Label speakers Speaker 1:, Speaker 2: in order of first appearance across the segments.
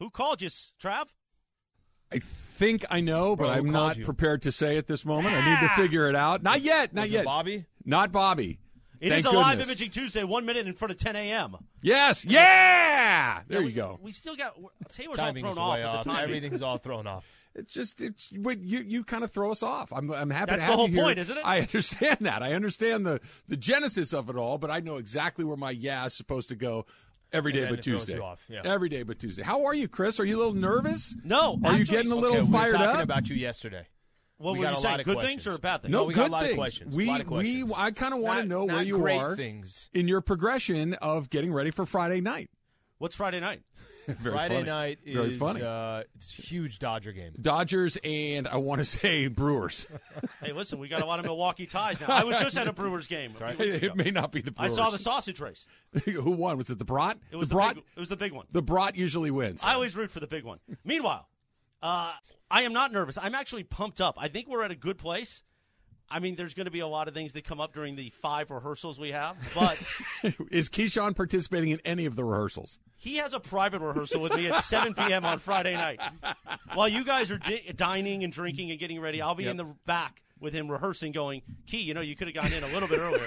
Speaker 1: Who called you, S- Trav?
Speaker 2: I think I know, but
Speaker 1: Bro, who
Speaker 2: I'm
Speaker 1: called
Speaker 2: not
Speaker 1: you?
Speaker 2: prepared to say at this moment. I need to figure it out. Not yet. Not
Speaker 1: Was it
Speaker 2: yet.
Speaker 1: Bobby?
Speaker 2: Not Bobby.
Speaker 1: It is
Speaker 2: Thank
Speaker 1: a live
Speaker 2: goodness.
Speaker 1: imaging Tuesday, one minute in front of 10 a.m.
Speaker 2: Yes. Yeah. There
Speaker 1: Yeah,
Speaker 2: you
Speaker 1: we-
Speaker 2: go.
Speaker 1: We still got we're- Taylor's all
Speaker 3: Timing's
Speaker 1: thrown
Speaker 3: way
Speaker 1: off
Speaker 3: off.
Speaker 1: at the time.
Speaker 3: Everything's all thrown off.
Speaker 2: It's just it's what you you kind of throw us off. I'm I'm happy. to
Speaker 1: That's
Speaker 2: have
Speaker 1: the whole
Speaker 2: you here.
Speaker 1: point, isn't it?
Speaker 2: I understand that. I understand the the genesis of it all, but I know exactly where my yeah is supposed to go. Every
Speaker 3: And
Speaker 2: day
Speaker 3: then
Speaker 2: but
Speaker 3: it throws
Speaker 2: Tuesday.
Speaker 3: you off, yeah.
Speaker 2: Every day but Tuesday. How are you, Chris? Are you a little nervous?
Speaker 1: No,
Speaker 2: Are you
Speaker 1: actually-
Speaker 2: getting a little
Speaker 3: Okay, we were
Speaker 2: fired
Speaker 3: talking
Speaker 2: up?
Speaker 3: about you yesterday.
Speaker 1: What
Speaker 3: we
Speaker 1: were
Speaker 3: got
Speaker 1: you
Speaker 3: a
Speaker 1: saying?
Speaker 3: lot of
Speaker 1: Good
Speaker 3: questions.
Speaker 1: things or bad things?
Speaker 2: No,
Speaker 3: Well, we got
Speaker 2: good
Speaker 3: a lot of
Speaker 2: things.
Speaker 3: questions.
Speaker 2: We
Speaker 3: Lot of questions.
Speaker 2: we I kind of want to
Speaker 3: Not-
Speaker 2: know where
Speaker 3: not
Speaker 2: you
Speaker 3: great
Speaker 2: are
Speaker 3: things.
Speaker 2: in your progression of getting ready for Friday night.
Speaker 1: What's Friday night?
Speaker 2: Very
Speaker 3: Friday
Speaker 2: funny.
Speaker 3: night is
Speaker 2: Very funny.
Speaker 3: Uh, it's a huge Dodger game.
Speaker 2: Dodgers and I want to say Brewers.
Speaker 1: Hey, listen, we got a lot of Milwaukee ties now. I was just at a Brewers game. a few weeks ago.
Speaker 2: it may not be the
Speaker 1: I
Speaker 2: Brewers.
Speaker 1: saw the sausage race.
Speaker 2: Who won? Was it the Brat?
Speaker 1: It was
Speaker 2: the
Speaker 1: the,
Speaker 2: Brat.
Speaker 1: big, it was the big one.
Speaker 2: The Brat usually wins.
Speaker 1: I always root for the big one. Meanwhile, uh, I am not nervous. I'm actually pumped up. I think we're at a good place. I mean, there's going to be a lot of things that come up during the five rehearsals we have, but
Speaker 2: Is Keyshawn participating in any of the rehearsals?
Speaker 1: he has a private rehearsal with me at 7 p.m. on Friday night. While you guys are di- dining and drinking and getting ready, I'll be in the back with him rehearsing, going, Key, you know, you could have gotten in a little bit earlier.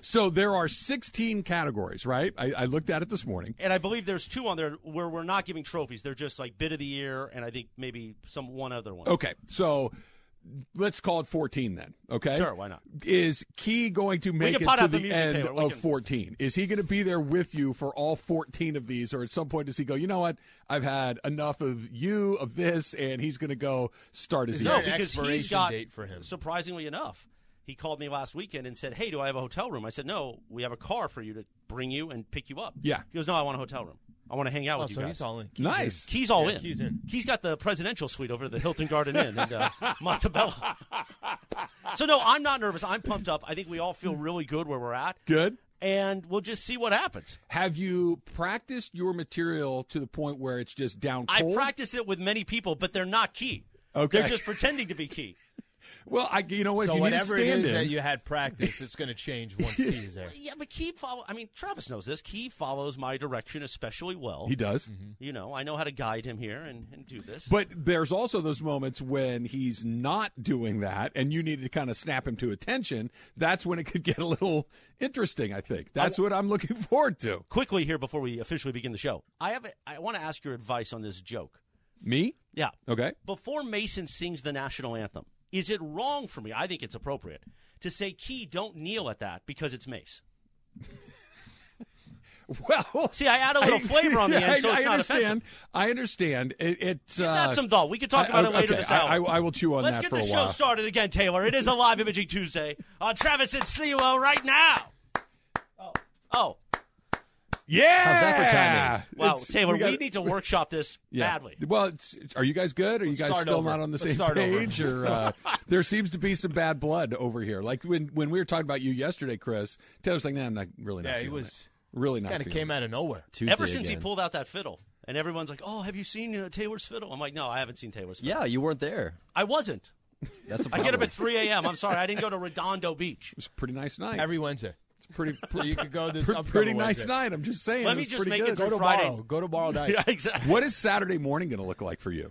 Speaker 2: So there are 16 categories, right? I, I looked at it this morning.
Speaker 1: and I believe there's two on there where we're not giving trophies. They're just like bit of the year, and I think maybe some one other
Speaker 3: Oh,
Speaker 1: one.
Speaker 2: Okay, so let's call it 14 then. Okay,
Speaker 1: Sure, why not?
Speaker 2: Is Key going to make
Speaker 1: can
Speaker 2: it
Speaker 1: pot
Speaker 2: to
Speaker 1: out the
Speaker 2: the,
Speaker 1: music,
Speaker 2: end
Speaker 1: Taylor. We
Speaker 2: of
Speaker 1: can-
Speaker 2: 14? Is he going to be there with you for all 14 of these, or at some point does he go? You know what? I've had enough of you of this, and he's going to go start his.
Speaker 3: Is
Speaker 1: No,
Speaker 3: there
Speaker 2: evening.
Speaker 3: an
Speaker 1: because he's
Speaker 3: expiration
Speaker 1: got
Speaker 3: date for him?
Speaker 1: Surprisingly enough, he called me last weekend and said, "Hey, do I have a hotel room?" I said, "No, we have a car for you to bring you and pick you up."
Speaker 2: Yeah.
Speaker 1: He goes, "No, I want a hotel room. I want to hang out
Speaker 3: Oh,
Speaker 1: with you
Speaker 3: so
Speaker 1: guys."
Speaker 3: he's all in.
Speaker 2: Nice.
Speaker 1: Key's all
Speaker 3: Yeah,
Speaker 1: in.
Speaker 3: Key's in.
Speaker 1: Key's got the presidential suite over at the Hilton Garden Inn in uh, Montebello. so no, I'm not nervous. I'm pumped up. I think we all feel really good where we're at,
Speaker 2: Good.
Speaker 1: and we'll just see what happens.
Speaker 2: Have you practiced your material to the point where it's just down
Speaker 1: I
Speaker 2: cold?
Speaker 1: practice it with many people, but they're not Key.
Speaker 2: Okay.
Speaker 1: They're just pretending to be Key.
Speaker 2: well, I you know what?
Speaker 3: So
Speaker 2: if you need a
Speaker 3: whatever it
Speaker 2: stand
Speaker 3: is
Speaker 2: in,
Speaker 3: that you had practice, it's going to change once he's there.
Speaker 1: Yeah, but Key follow. I mean, Travis knows this. Key follows my direction especially well.
Speaker 2: he does.
Speaker 1: You know, I know how to guide him here and, and do this.
Speaker 2: But there's also those moments when he's not doing that, and you need to kind of snap him to attention. That's when it could get a little interesting. I think that's what I'm looking forward to.
Speaker 1: quickly here before we officially begin the show, I have a, I want to ask your advice on this joke.
Speaker 2: Me?
Speaker 1: Yeah.
Speaker 2: Okay.
Speaker 1: Before Mason sings the national anthem, is it wrong for me? I think it's appropriate to say, "Key, don't kneel at that because it's Mace."
Speaker 2: Well,
Speaker 1: See, I add a little flavor on the end, so
Speaker 2: I,
Speaker 1: it's
Speaker 2: I
Speaker 1: not
Speaker 2: understand.
Speaker 1: offensive.
Speaker 2: I understand. It, it's
Speaker 1: Give
Speaker 2: uh,
Speaker 1: that some thought. We could talk
Speaker 2: I-
Speaker 1: about
Speaker 2: I-
Speaker 1: it later
Speaker 2: okay.
Speaker 1: this
Speaker 2: I-
Speaker 1: hour.
Speaker 2: I, I will chew on
Speaker 1: Let's
Speaker 2: that
Speaker 1: get
Speaker 2: for
Speaker 1: the
Speaker 2: a
Speaker 1: show
Speaker 2: while.
Speaker 1: started again, Taylor. It is a live imaging Tuesday on Travis and Sliwa right now. Oh, oh,
Speaker 2: Yeah.
Speaker 3: that for timing?
Speaker 1: wow,
Speaker 2: It's-
Speaker 1: Taylor, we,
Speaker 2: gotta-
Speaker 1: need to workshop this
Speaker 2: Yeah.
Speaker 1: badly.
Speaker 2: Well, it's, are you guys good? Are you guys
Speaker 3: start
Speaker 2: still
Speaker 3: over.
Speaker 2: not on the
Speaker 3: Let's
Speaker 2: same
Speaker 3: start over.
Speaker 2: page? Or uh, there seems to be some bad blood over here. Like when when we were talking about you yesterday, Chris. Taylor's like, "Nah, I'm not really not."
Speaker 3: Yeah, he
Speaker 2: feeling
Speaker 3: was-
Speaker 2: it. really not.
Speaker 3: Kind of
Speaker 2: feeling
Speaker 3: came
Speaker 2: it."
Speaker 3: out of nowhere.
Speaker 4: Tuesday
Speaker 1: Ever since he
Speaker 4: again.
Speaker 1: pulled out that fiddle, and everyone's like, "Oh, have you seen uh, Taylor's fiddle?" I'm like, "No, I haven't seen Taylor's fiddle.
Speaker 4: Yeah, you weren't there.
Speaker 1: I wasn't.
Speaker 4: That's a
Speaker 1: I
Speaker 4: problem.
Speaker 1: get up at 3 a.m. I'm sorry, I didn't go to Redondo Beach.
Speaker 2: It was a pretty nice night.
Speaker 3: Every Wednesday.
Speaker 2: it's pretty
Speaker 3: So you could go this
Speaker 2: pre-
Speaker 3: upcoming
Speaker 2: pretty nice
Speaker 3: Wednesday.
Speaker 2: night. I'm just saying.
Speaker 1: Let
Speaker 2: it
Speaker 1: me
Speaker 2: was
Speaker 1: just
Speaker 2: pretty
Speaker 1: make it
Speaker 2: good.
Speaker 1: through
Speaker 3: Go
Speaker 1: Friday.
Speaker 3: tomorrow. Go tomorrow night.
Speaker 1: Yeah, exactly.
Speaker 2: What is Saturday morning going to look like for you?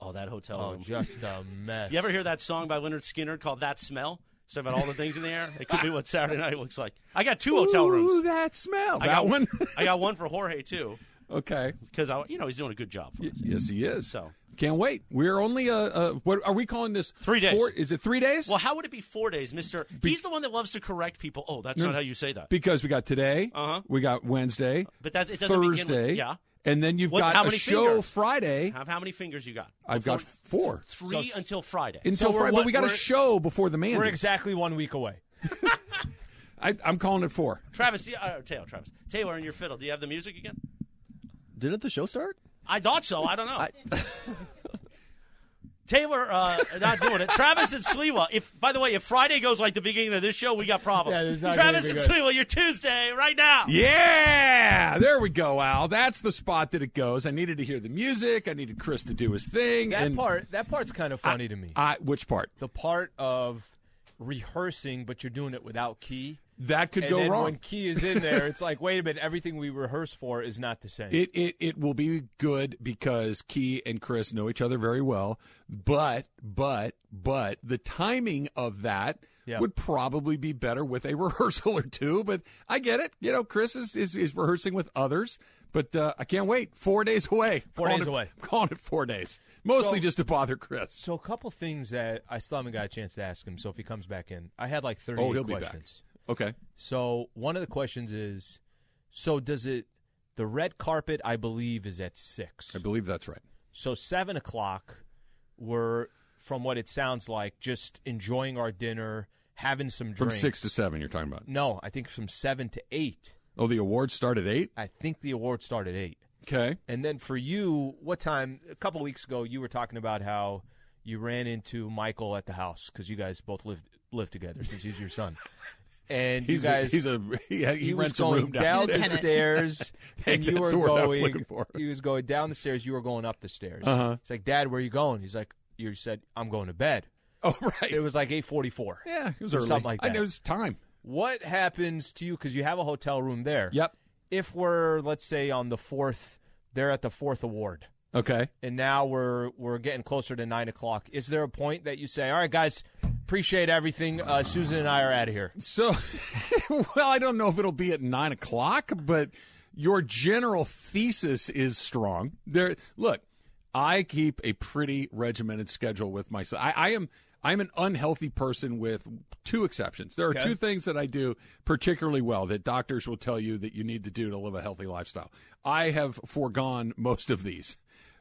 Speaker 1: Oh, that hotel
Speaker 3: Oh,
Speaker 1: room.
Speaker 3: just a mess.
Speaker 1: You ever hear that song by Leonard Skinner called "That Smell"? It's about all the things in the air. It could be what Saturday night looks like. I got two hotel
Speaker 2: Ooh,
Speaker 1: rooms.
Speaker 2: that smell.
Speaker 1: I
Speaker 2: that
Speaker 1: got
Speaker 2: one.
Speaker 1: I got one for Jorge too,
Speaker 2: okay.
Speaker 1: because I, you know, he's doing a good job for us.
Speaker 2: Yes, he is.
Speaker 1: So.
Speaker 2: can't wait. We're only uh, uh what are we calling this?
Speaker 1: Three days.
Speaker 2: Four, is it three days?
Speaker 1: Well, how would it be four days, Mister? He's the one that loves to correct people. Oh, that's not how you say that.
Speaker 2: Because we got today, uh-huh. we got Wednesday,
Speaker 1: But that- it doesn't begin with-
Speaker 2: Thursday,
Speaker 1: yeah.
Speaker 2: and then you've
Speaker 1: What- how
Speaker 2: got a
Speaker 1: many
Speaker 2: show
Speaker 1: fingers?
Speaker 2: Friday.
Speaker 1: Have how many fingers you got?
Speaker 2: I've got
Speaker 1: Before-
Speaker 2: four
Speaker 1: three
Speaker 3: So-
Speaker 1: until Friday.
Speaker 2: until
Speaker 3: we're
Speaker 2: Friday, but
Speaker 3: what-
Speaker 2: we got a
Speaker 3: we're-
Speaker 2: show before the man.
Speaker 3: We're exactly one week away.
Speaker 2: I, I'm calling it four.
Speaker 1: Travis, do you, uh, Taylor, Travis, Taylor, and your fiddle. Do you have the music again?
Speaker 4: Didn't the show start?
Speaker 1: I thought so. I don't know. Taylor uh, not doing it. Travis and Sliwa. If by the way, if Friday goes like the beginning of this show, we got problems.
Speaker 3: Yeah, there's not gonna
Speaker 1: Travis
Speaker 3: be
Speaker 1: and
Speaker 3: good.
Speaker 1: Sliwa, your Tuesday right now.
Speaker 2: Yeah, there we go, Al. That's the spot that it goes. I needed to hear the music. I needed Chris to do his thing.
Speaker 3: That
Speaker 2: and
Speaker 3: part, that part's kind of funny to me.
Speaker 2: I, which part?
Speaker 3: the part of rehearsing, but you're doing it without key.
Speaker 2: That could
Speaker 3: And
Speaker 2: go
Speaker 3: then
Speaker 2: wrong.
Speaker 3: when key is in there, it's like, wait a minute, everything we rehearse for is not the same.
Speaker 2: It, it it will be good because Key and Chris know each other very well, but but but the timing of that
Speaker 3: Yeah.
Speaker 2: would probably be better with a rehearsal or two. But I get it, you know, Chris is is, is rehearsing with others, but uh, I can't wait. Four days away.
Speaker 3: Four
Speaker 2: Calling
Speaker 3: days
Speaker 2: it-
Speaker 3: away.
Speaker 2: Calling it four days, mostly just to bother Chris.
Speaker 3: so a couple things that I still haven't got a chance to ask him. So if he comes back in, I had like 30
Speaker 2: Oh, he'll be back.
Speaker 3: questions.
Speaker 2: Okay.
Speaker 3: So one of the questions is, so does it? The red carpet, I believe, is at six.
Speaker 2: I believe that's right.
Speaker 3: So seven o'clock, we're from what it sounds like, just enjoying our dinner, having some
Speaker 2: From
Speaker 3: drinks.
Speaker 2: six to seven, you're talking about.
Speaker 3: No, I think from seven to eight.
Speaker 2: Oh, the awards start at eight.
Speaker 3: I think the awards start at eight.
Speaker 2: Okay.
Speaker 3: And then for you, what time? A couple weeks ago, you were talking about how you ran into Michael at the house because you guys both lived lived together since he's your son. And
Speaker 2: He's
Speaker 3: you guys,
Speaker 2: a, he's a yeah, he,
Speaker 3: was
Speaker 2: rents a
Speaker 3: going
Speaker 2: room downstairs.
Speaker 3: down the stairs,
Speaker 2: Thank
Speaker 3: and
Speaker 2: you,
Speaker 3: you
Speaker 2: that's
Speaker 3: were
Speaker 2: the word I was looking
Speaker 3: going.
Speaker 2: for. Uh-huh.
Speaker 3: He was going down the stairs. You were going up the stairs. He's like, "Dad, where are you going?" He's like, "You said I'm going to bed."
Speaker 2: Oh right.
Speaker 3: It was like 8:44.
Speaker 2: Yeah, it was
Speaker 3: or
Speaker 2: early.
Speaker 3: something like
Speaker 2: I
Speaker 3: that.
Speaker 2: know it was time.
Speaker 3: What happens to you because you have a hotel room there?
Speaker 2: Yep.
Speaker 3: If we're let's say on the fourth, they're at the fourth award,
Speaker 2: Okay.
Speaker 3: and now we're we're getting closer to nine o'clock. Is there a point that you say, "All right, guys, appreciate everything. Uh, Susan and I are out of here."
Speaker 2: So, well, I don't know if it'll be at nine o'clock, but your general thesis is strong. There, look, I keep a pretty regimented schedule with myself. I, I am. I'm an unhealthy person with two exceptions. There are
Speaker 3: Okay.
Speaker 2: two things that I do particularly well that doctors will tell you that you need to do to live a healthy lifestyle. I have foregone most of these,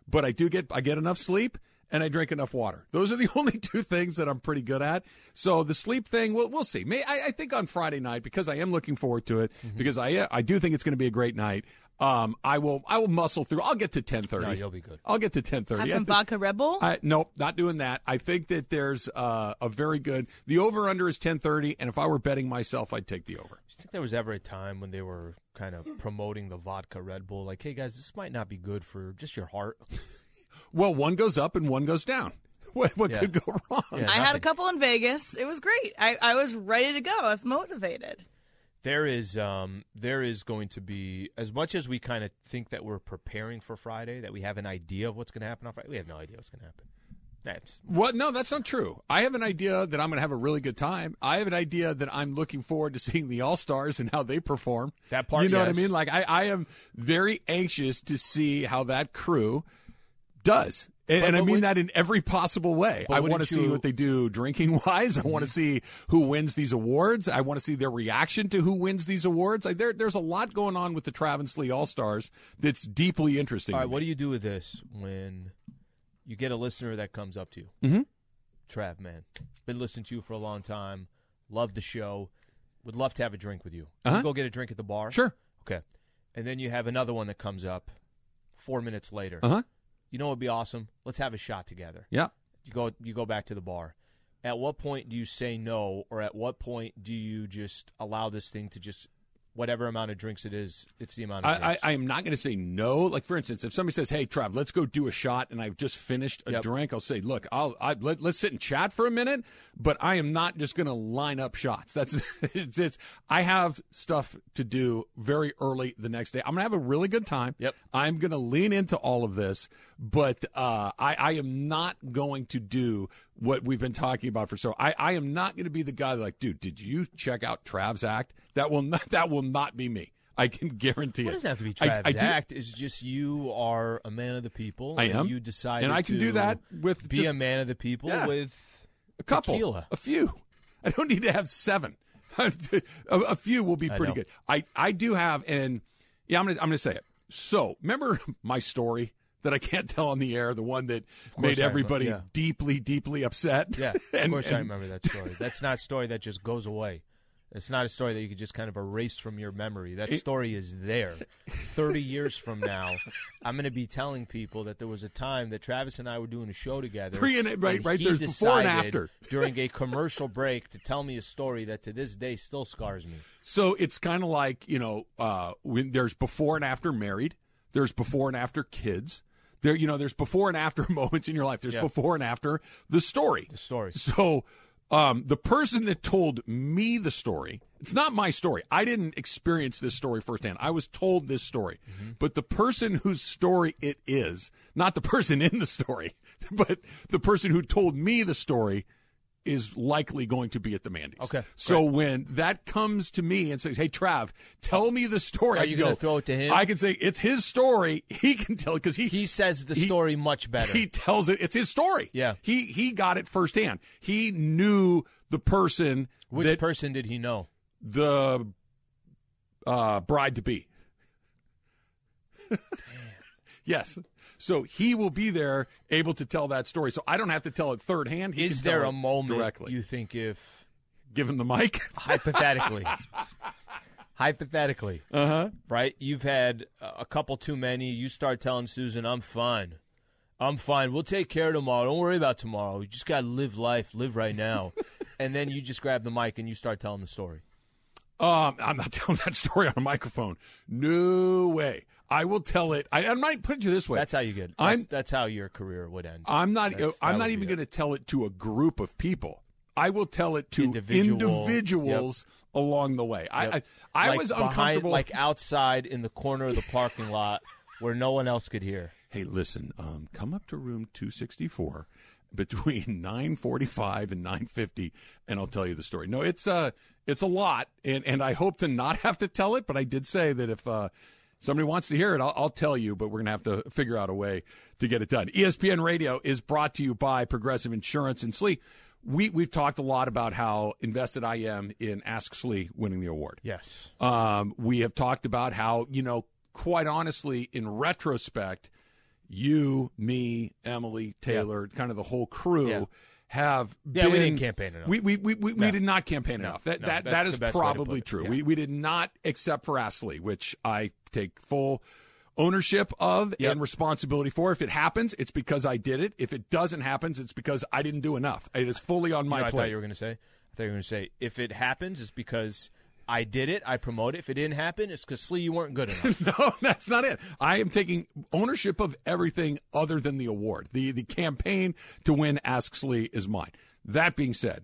Speaker 2: but I do get I get enough sleep and I drink enough water. Those are the only two things that I'm pretty good at. So the sleep thing, we'll, we'll see. May, I, I think on Friday night because I am looking forward to it
Speaker 3: Mm-hmm.
Speaker 2: because I I do think it's going to be a great night. Um, I will I will muscle through. I'll get to ten thirty.
Speaker 3: No, you'll be good.
Speaker 2: I'll get to ten thirty.
Speaker 4: Have some vodka Red Bull.
Speaker 2: I, nope, not doing that. I think that there's uh, a very good. The over under is ten thirty, and if I were betting myself, I'd take the over.
Speaker 3: Do you think there was ever a time when they were kind of promoting the vodka Red Bull? Like, hey guys, this might not be good for just your heart.
Speaker 2: Well, one goes up and one goes down. What, what
Speaker 3: Yeah.
Speaker 2: could go wrong?
Speaker 3: Yeah.
Speaker 4: I had a
Speaker 3: nothing.
Speaker 4: couple in Vegas. It was great. I, I was ready to go. I was motivated.
Speaker 3: There is, um, there is going to be as much as we kind of think that we're preparing for Friday, that we have an idea of what's going to happen on Friday. We have no idea what's going to happen. That's
Speaker 2: What? No, that's not true. I have an idea that I'm going to have a really good time. I have an idea that I'm looking forward to seeing the All Stars and how they perform.
Speaker 3: That part,
Speaker 2: you know what I
Speaker 3: yes.
Speaker 2: mean? Like, I, I am very anxious to see how that crew does. And,
Speaker 3: But-
Speaker 2: and I
Speaker 3: but
Speaker 2: mean
Speaker 3: would-
Speaker 2: that in every possible way.
Speaker 3: But
Speaker 2: I
Speaker 3: wouldn't
Speaker 2: want to see
Speaker 3: you- Mm-hmm.
Speaker 2: what they do drinking wise. I want to see who wins these awards. I want to see their reaction to who wins these awards. Like there, there's a lot going on with the Travis Lee All Stars that's deeply interesting.
Speaker 3: all
Speaker 2: to
Speaker 3: right. What
Speaker 2: me.
Speaker 3: do you do with this when you get a listener that comes up to you?
Speaker 2: Mm-hmm.
Speaker 3: Trav, man, been listening to you for a long time. Love the show. Would love to have a drink with you. Can we
Speaker 2: Uh-huh.
Speaker 3: Go get a drink at the bar.
Speaker 2: Sure.
Speaker 3: Okay. And then you have another one that comes up four minutes later.
Speaker 2: Uh huh.
Speaker 3: You know what would be awesome? Let's have a shot together.
Speaker 2: Yeah.
Speaker 3: You go you go back to the bar. At what point do you say no or at what point do you just allow this thing to just whatever amount of drinks it is, it's the amount of
Speaker 2: I, I,
Speaker 3: drinks.
Speaker 2: I am not going to say no. Like for instance, if somebody says, "Hey, Trav, let's go do a shot," and I've just finished a
Speaker 3: Yep.
Speaker 2: drink, I'll say, "Look, I'll I, let, let's sit and chat for a minute," but I am not just going to line up shots. That's it's, it's I have stuff to do very early the next day. I'm going to have a really good time.
Speaker 3: Yep.
Speaker 2: I'm going to lean into all of this, but uh, I, I am not going to do what we've been talking about for so. I, I am not going to be the guy that, like, dude, did you check out Trav's act? That will not that will not be me. I can guarantee
Speaker 3: It
Speaker 2: it.
Speaker 3: doesn't have to be
Speaker 2: I-
Speaker 3: Trav's
Speaker 2: I do-
Speaker 3: act. It's just you are a man of the people.
Speaker 2: I am.
Speaker 3: And you decided
Speaker 2: And I can
Speaker 3: to
Speaker 2: do that with
Speaker 3: be
Speaker 2: just-
Speaker 3: a man of the people
Speaker 2: Yeah.
Speaker 3: with
Speaker 2: a couple,
Speaker 3: tequila.
Speaker 2: a few. I don't need to have seven. a, a few will be
Speaker 3: I
Speaker 2: pretty
Speaker 3: know.
Speaker 2: good. I I do have, and yeah, I'm gonna I'm gonna say it. So remember my story that I can't tell on the air, the one that made
Speaker 3: I remember,
Speaker 2: everybody
Speaker 3: yeah.
Speaker 2: deeply, deeply upset.
Speaker 3: Yeah. Of
Speaker 2: and,
Speaker 3: course I
Speaker 2: and-
Speaker 3: remember that story. That's not a story that just goes away. It's not a story that you could just kind of erase from your memory. That story is there. 30 years from now, I'm going to be telling people that there was a time that Travis and I were doing a show together.
Speaker 2: Pre and- right- right,
Speaker 3: he
Speaker 2: there's before and
Speaker 3: decided
Speaker 2: after.
Speaker 3: during a commercial break to tell me a story that to this day still scars me.
Speaker 2: So it's kind of like you know uh, when there's before and after married, there's before and after kids. There, you know, there's before and after moments in your life. There's
Speaker 3: Yeah.
Speaker 2: before and after the story.
Speaker 3: The story.
Speaker 2: So um, the person that told me the story, it's not my story. I didn't experience this story firsthand. I was told this story.
Speaker 3: Mm-hmm.
Speaker 2: But the person whose story it is, not the person in the story, but the person who told me the story is likely going to be at the Mandy's.
Speaker 3: Okay,
Speaker 2: So when that comes to me and says, "Hey Trav, tell me the story."
Speaker 3: Are
Speaker 2: I
Speaker 3: you
Speaker 2: can
Speaker 3: gonna
Speaker 2: go,
Speaker 3: throw it to him?
Speaker 2: I can say it's his story. He can tell because he
Speaker 3: He says the
Speaker 2: He-
Speaker 3: story much better.
Speaker 2: he tells it. It's his story.
Speaker 3: Yeah.
Speaker 2: He he got it firsthand. He knew the person
Speaker 3: Which
Speaker 2: that
Speaker 3: person did he know?
Speaker 2: the uh, bride to be. yes. So he will be there, able to tell that story. So I don't have to tell it third hand. He
Speaker 3: Is
Speaker 2: can tell
Speaker 3: there
Speaker 2: it
Speaker 3: a moment
Speaker 2: directly?
Speaker 3: you think if
Speaker 2: Give him the mic.
Speaker 3: hypothetically hypothetically
Speaker 2: Uh huh.
Speaker 3: right? You've had a a couple too many. You start telling Susan, I'm fine. I'm fine. We'll take care of tomorrow. Don't worry about tomorrow. You just got to live life, live right now. and then you just grab the mic and you start telling the story.
Speaker 2: Um, I'm not telling that story on a microphone. No way. I will tell it. I, I might put it to you this way.
Speaker 3: That's how you get.
Speaker 2: I'm-
Speaker 3: That's, that's how your career would end.
Speaker 2: I'm not. uh,
Speaker 3: That's-
Speaker 2: I'm
Speaker 3: that
Speaker 2: not
Speaker 3: would
Speaker 2: even
Speaker 3: be
Speaker 2: going to tell it to a group of people. I will tell it to
Speaker 3: Individual-
Speaker 2: individuals along the way. I
Speaker 3: Yep.
Speaker 2: I, I
Speaker 3: Like
Speaker 2: was
Speaker 3: behind-
Speaker 2: uncomfortable.
Speaker 3: like outside in the corner of the parking lot where no one else could hear.
Speaker 2: hey, listen, um, come up to room 264 between 9:45 and 9:50, and I'll tell you the story. No, it's uh, it's a lot, and and I hope to not have to tell it, but I did say that if. Uh, Somebody wants to hear it, I'll, I'll tell you, but we're going to have to figure out a way to get it done. E ESPN Radio is brought to you by Progressive Insurance and Slee. We, we've talked a lot about how invested I am in Ask Slee winning the award.
Speaker 3: Yes.
Speaker 2: Um, we have talked about how, you know, quite honestly, in retrospect, you, me, Emily, Taylor, kind of the whole crew
Speaker 3: Yeah.
Speaker 2: have
Speaker 3: Yeah, we
Speaker 2: been-
Speaker 3: didn't campaign enough.
Speaker 2: We we we, we, we
Speaker 3: No.
Speaker 2: did not campaign
Speaker 3: No,
Speaker 2: enough. That
Speaker 3: no,
Speaker 2: that
Speaker 3: that's
Speaker 2: that
Speaker 3: the
Speaker 2: is
Speaker 3: best way to put
Speaker 2: probably
Speaker 3: it.
Speaker 2: true.
Speaker 3: Yeah.
Speaker 2: We we did not except for Astley, which I take full ownership of
Speaker 3: Yep.
Speaker 2: and responsibility for. If it happens, it's because I did it. If it doesn't happen, it's because I didn't do enough. It is fully on
Speaker 3: You
Speaker 2: my
Speaker 3: know what I thought
Speaker 2: plate.
Speaker 3: you were going to say. I thought you were going to say if it happens, it's because I did it. I promote it. If it didn't happen, it's because Slee, you weren't good enough.
Speaker 2: No, that's not it. I am taking ownership of everything other than the award. The the campaign to win Asks Lee is mine. That being said,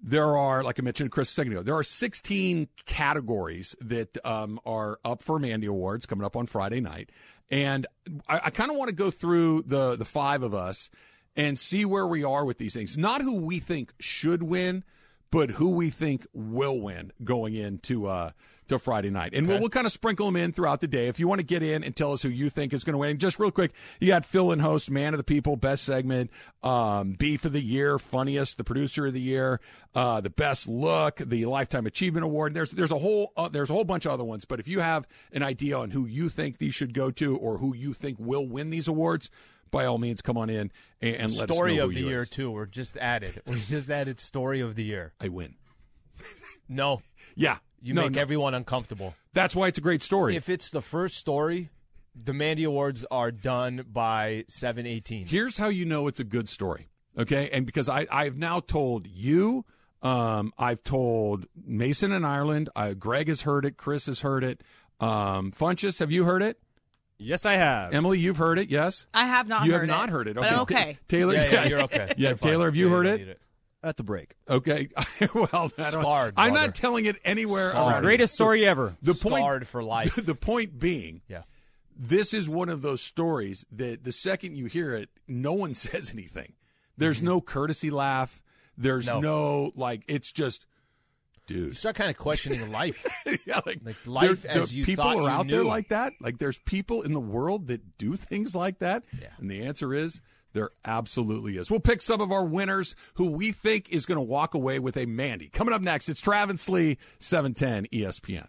Speaker 2: there are, like I mentioned to Chris a second ago, there are 16 categories that um, are up for Mandy Awards coming up on Friday night. And I, I kind of want to go through the, the five of us and see where we are with these things. Not who we think should win, but who we think will win going into uh, to Friday night. And we'll, we'll kind of sprinkle them in throughout the day. If you want to get in and tell us who you think is going to win, and just real quick, you got Phil and host, man of the people, best segment, um, beef of the year, funniest, the producer of the year, uh, the best look, the lifetime achievement award. There's there's a whole uh, there's a whole bunch of other ones. But if you have an idea on who you think these should go to or who you think will win these awards, by all means, come on in and, and let us
Speaker 3: story
Speaker 2: know
Speaker 3: of
Speaker 2: who
Speaker 3: the
Speaker 2: you
Speaker 3: year
Speaker 2: is.
Speaker 3: too. We're just added. We just added story of the year.
Speaker 2: I win.
Speaker 3: No,
Speaker 2: Yeah,
Speaker 3: you
Speaker 2: No,
Speaker 3: make
Speaker 2: no.
Speaker 3: everyone uncomfortable.
Speaker 2: That's why it's a great story.
Speaker 3: If it's the first story, the Mandy Awards are done by seven eighteen.
Speaker 2: Here's how you know it's a good story. Okay. And because I, I've now told you, um, I've told Mason in Ireland, uh, Greg has heard it, Chris has heard it. Um, Funchess, have you heard it?
Speaker 5: Yes, I have.
Speaker 2: Emily, you've heard it, yes?
Speaker 4: I have not.
Speaker 2: you
Speaker 4: heard
Speaker 2: have
Speaker 4: it,
Speaker 2: not heard it.
Speaker 4: but
Speaker 2: Okay.
Speaker 4: I'm
Speaker 2: Ta-
Speaker 4: okay.
Speaker 2: Taylor,
Speaker 3: Yeah, yeah, you're okay.
Speaker 2: Yeah,
Speaker 3: You're fine.
Speaker 2: Taylor, have you
Speaker 3: Yeah,
Speaker 2: heard
Speaker 3: don't
Speaker 2: it?
Speaker 3: need
Speaker 5: At the break.
Speaker 2: Okay. well, I don't,
Speaker 3: Scarred,
Speaker 2: I'm
Speaker 3: brother.
Speaker 2: not telling it anywhere.
Speaker 3: Scarred.
Speaker 2: around.
Speaker 5: Greatest story ever.
Speaker 2: The point,
Speaker 3: Scarred for life.
Speaker 2: The point being,
Speaker 3: Yeah.
Speaker 2: this is one of those stories that the second you hear it, no one says anything. There's no courtesy laugh. There's no,
Speaker 3: Mm-hmm. No.
Speaker 2: like it's just,
Speaker 3: You
Speaker 2: dude.
Speaker 3: start kind of questioning life.
Speaker 2: yeah, like,
Speaker 3: Like, life
Speaker 2: there-
Speaker 3: as
Speaker 2: the
Speaker 3: you
Speaker 2: people
Speaker 3: thought
Speaker 2: are
Speaker 3: you
Speaker 2: out there
Speaker 3: knew.
Speaker 2: like that. Like there's people in the world that do things like that,
Speaker 3: Yeah.
Speaker 2: and the answer is. There absolutely is. We'll pick some of our winners who we think is going to walk away with a Mandy. Coming up next, it's Travis Lee, E 710 ESPN.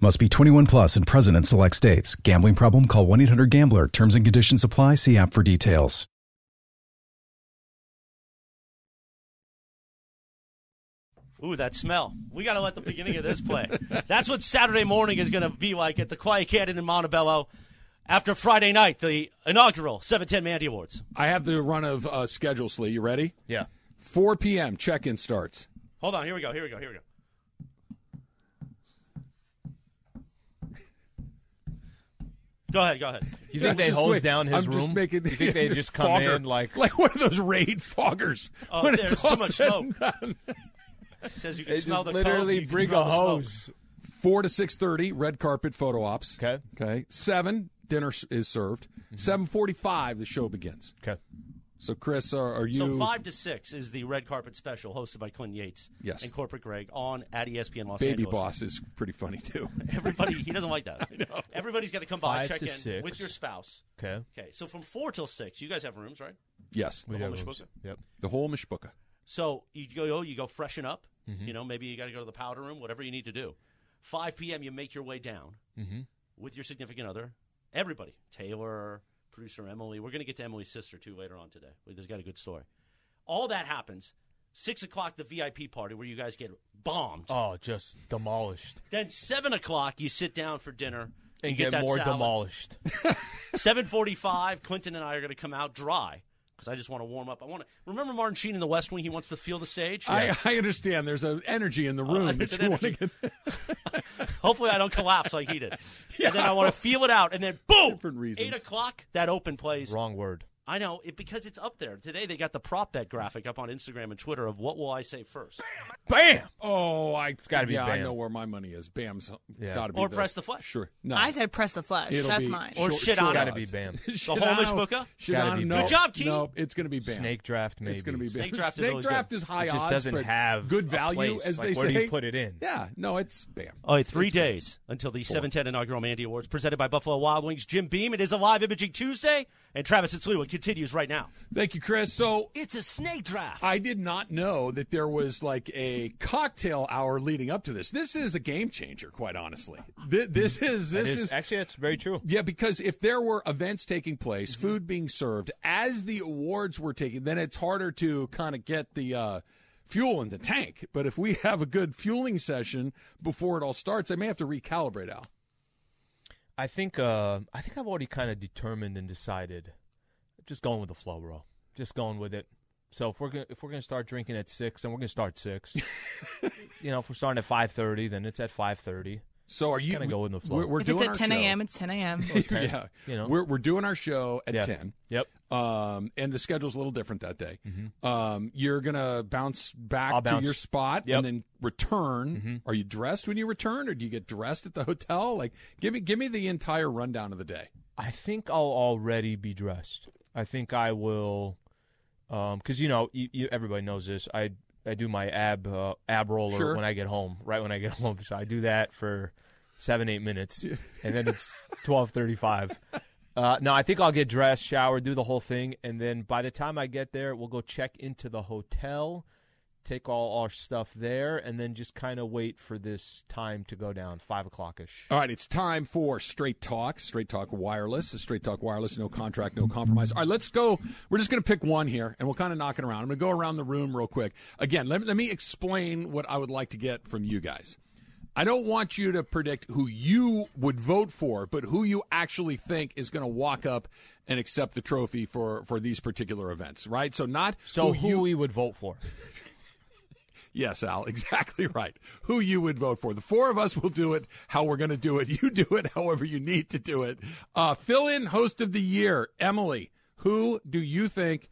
Speaker 6: Must be 21 plus and present in select states. Gambling problem? Call 1 800 Gambler. Terms and conditions apply. See app for details.
Speaker 1: Ooh, that smell. We got to let the beginning of this play. That's what Saturday morning is going to be like at the Quiet Canyon in Montebello after Friday night, the inaugural 710 Mandy Awards.
Speaker 2: I have the run of uh, schedule, Slee. You ready?
Speaker 3: Yeah.
Speaker 2: 4 p.m. check in starts.
Speaker 1: Hold on. Here we go. Here we go. Here we go. Go ahead. Go ahead.
Speaker 3: You think they
Speaker 2: Just
Speaker 3: hose
Speaker 2: wait.
Speaker 3: down his
Speaker 2: I'm
Speaker 3: room?
Speaker 2: Just making,
Speaker 3: you think they just come
Speaker 2: fogger.
Speaker 3: in like
Speaker 2: like one of those raid foggers?
Speaker 1: Oh,
Speaker 2: when
Speaker 1: there's
Speaker 2: it's all
Speaker 1: too much
Speaker 2: said
Speaker 1: smoke.
Speaker 2: and done.
Speaker 1: Says you can
Speaker 3: they
Speaker 1: smell
Speaker 3: just
Speaker 1: the coke,
Speaker 3: literally
Speaker 1: you can
Speaker 3: bring
Speaker 1: smell
Speaker 3: a
Speaker 1: the smoke.
Speaker 3: hose?
Speaker 2: Four to six thirty, red carpet photo ops.
Speaker 3: Okay. Mm-hmm.
Speaker 2: Okay. Seven dinner s- is served. forty-five, the show begins.
Speaker 3: Okay.
Speaker 2: So, Chris, are, are you?
Speaker 1: So five to six is the red carpet special hosted by Clint Yates
Speaker 2: Yes.
Speaker 1: and corporate Greg on at E ESPN Los
Speaker 2: Baby
Speaker 1: Angeles.
Speaker 2: Boss is pretty funny too.
Speaker 1: Everybody, he doesn't like that. Everybody's got to come by,
Speaker 3: Five
Speaker 1: check
Speaker 3: to
Speaker 1: in
Speaker 3: six.
Speaker 1: with your spouse.
Speaker 3: Okay.
Speaker 1: Okay, so from four till six, you guys have rooms, right?
Speaker 2: yes,
Speaker 3: We
Speaker 1: whole
Speaker 3: have
Speaker 1: mishpucha?
Speaker 3: rooms. Yep.
Speaker 2: the whole mishpucha.
Speaker 1: So you go, oh, you go freshen up.
Speaker 3: Mm-hmm.
Speaker 1: You know, maybe you got to go to the powder room, whatever you need to do. 5 p.m. You make your way down
Speaker 3: Mm-hmm.
Speaker 1: with your significant other. Everybody, Taylor, producer Emily. We're going to get to Emily's sister too later on today. We- There's got a good story. All that happens. Six o'clock, the VIP party where you guys get bombed.
Speaker 3: Oh, just demolished
Speaker 1: Then seven o'clock, you sit down for dinner
Speaker 3: and
Speaker 1: you
Speaker 3: get,
Speaker 1: that
Speaker 3: more
Speaker 1: salad.
Speaker 3: demolished.
Speaker 1: Seven forty-five. Clinton and I are going to come out dry because I just want to warm up. I want to remember Martin Sheen in The West Wing. He wants to feel the stage.
Speaker 2: I, I understand. There's an energy in the room
Speaker 1: Uh, there's
Speaker 2: that
Speaker 1: an
Speaker 2: you want to
Speaker 1: energy.
Speaker 2: get.
Speaker 1: Hopefully, I don't collapse like he did. And then I want to feel it out, and then boom,
Speaker 2: Different reasons.
Speaker 1: Oh, eight o'clock. That open plays.
Speaker 3: Wrong word.
Speaker 1: I know it because it's up there today. They got the prop bet graphic up on Instagram and Twitter of what will I say first,
Speaker 3: Bam.
Speaker 2: Oh, I. It's
Speaker 3: gotta be
Speaker 2: Yeah, I
Speaker 3: Bam.
Speaker 2: know where my money is. Bam's
Speaker 3: Yeah.
Speaker 2: got to be.
Speaker 1: Or
Speaker 2: the-
Speaker 1: press the flesh.
Speaker 2: Sure. No.
Speaker 4: I said press the flesh.
Speaker 2: It'll
Speaker 4: That's
Speaker 2: be
Speaker 4: mine.
Speaker 1: Or
Speaker 2: short-
Speaker 1: shit
Speaker 2: short
Speaker 1: on it.
Speaker 2: odds.
Speaker 1: Gotta
Speaker 3: be Bam. The
Speaker 2: Shit
Speaker 1: whole
Speaker 2: on it.
Speaker 1: mishpucha?
Speaker 2: Shit
Speaker 3: Gotta
Speaker 2: on
Speaker 3: be
Speaker 2: it.
Speaker 3: Bam.
Speaker 2: No,
Speaker 1: Good job, Keith.
Speaker 2: No, it's going to be Bam.
Speaker 3: Snake draft, maybe.
Speaker 2: It's going to be Bam.
Speaker 1: Snake draft is
Speaker 2: Snake
Speaker 1: always
Speaker 2: draft
Speaker 1: good.
Speaker 2: is high
Speaker 3: It just
Speaker 2: odds,
Speaker 3: doesn't
Speaker 2: but
Speaker 3: have
Speaker 2: good
Speaker 3: a
Speaker 2: value,
Speaker 3: place.
Speaker 2: as
Speaker 3: Like,
Speaker 2: they
Speaker 3: where
Speaker 2: say.
Speaker 3: do you put it in?
Speaker 2: Yeah. No, it's Bam.
Speaker 1: All right, three days until the 710 inaugural Mandy Awards presented by Buffalo Wild Wings. Jim Beam. It is a live imaging Tuesday, and Travis and Sleewood continues right now.
Speaker 2: Thank you, Chris. So
Speaker 1: It's a snake draft.
Speaker 2: I did not know that there was like a cocktail hour leading up to this. This is a game changer, quite honestly. Th- This, is
Speaker 3: That
Speaker 2: this
Speaker 3: is-
Speaker 2: is
Speaker 3: actually that's very true.
Speaker 2: yeah, because if there were events taking place,
Speaker 3: Mm-hmm.
Speaker 2: food being served as the awards were taken, then it's harder to kind of get the uh, fuel in the tank. But if we have a good fueling session before it all starts, I may have to recalibrate Al.
Speaker 3: I think uh, I think I've already kind of determined and decided. Just going with the flow, bro. Just going with it. So if we're gonna, if we're gonna start drinking at six, then we're gonna start six. you know, if we're starting at five thirty, then it's at five thirty.
Speaker 2: So are you
Speaker 3: Kinda go with the flow.
Speaker 2: We're, we're
Speaker 4: if
Speaker 2: doing
Speaker 4: it's at
Speaker 2: our
Speaker 4: 10
Speaker 2: show-
Speaker 4: a.m., it's 10 a.m.
Speaker 2: yeah,
Speaker 3: you know.
Speaker 2: we're we're doing our show at
Speaker 3: yeah.
Speaker 2: ten.
Speaker 3: Yep.
Speaker 2: um, and the schedule's a little different that day. Um, you're gonna bounce back
Speaker 3: Mm-hmm. I'll
Speaker 2: to
Speaker 3: bounce.
Speaker 2: your spot
Speaker 3: Yep. Mm-hmm.
Speaker 2: and then return. Are you dressed when you return, or do you get dressed at the hotel? Like, give me give me the entire rundown of the day.
Speaker 3: I think I'll already be dressed. I think I will, because you know, you, you, everybody knows this. I I do my ab uh, ab roller
Speaker 2: Sure.
Speaker 3: when I get home, right when I get home. So I do that for seven eight minutes, and then it's twelve thirty five. Uh, no, I think I'll get dressed, shower, do the whole thing, and then by the time I get there, we'll go check into the hotel, take all our stuff there, and then just kind of wait for this time to go down, five o'clock ish.
Speaker 2: All right, it's time for Straight Talk, Straight Talk Wireless, Straight Talk Wireless, no contract, no compromise. All right, let's go. We're just going to pick one here and we'll kind of knock it around. I'm going to go around the room real quick. Again, let, let me explain what I would like to get from you guys. I don't want you to predict who you would vote for, but who you actually think is going to walk up and accept the trophy for, for these particular events, right? So not
Speaker 3: So
Speaker 2: who
Speaker 3: who,
Speaker 2: you
Speaker 3: we would vote for?
Speaker 2: Yes, Al, exactly right. Who you would vote for. The four of us will do it how we're going to do it. You do it however you need to do it. Uh, fill in host of the year, Emily. Who do you think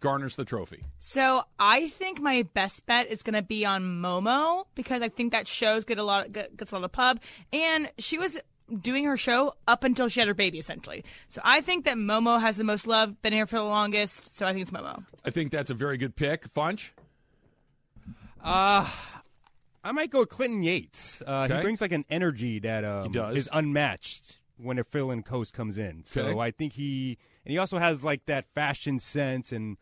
Speaker 2: garners the trophy?
Speaker 4: So I think my best bet is going to be on Momo because I think that shows get a lot gets a lot of pub, and she was doing her show up until she had her baby, essentially. So I think that Momo has the most love, been here for the longest. So I think it's Momo.
Speaker 2: I think that's a very good pick. Funch?
Speaker 5: Uh, I might go Clinton Yates. Uh,
Speaker 2: Okay.
Speaker 5: He brings like an energy that um,
Speaker 2: does.
Speaker 5: is unmatched when a fill in coast comes in. So
Speaker 2: Okay.
Speaker 5: I think he, and he also has like that fashion sense and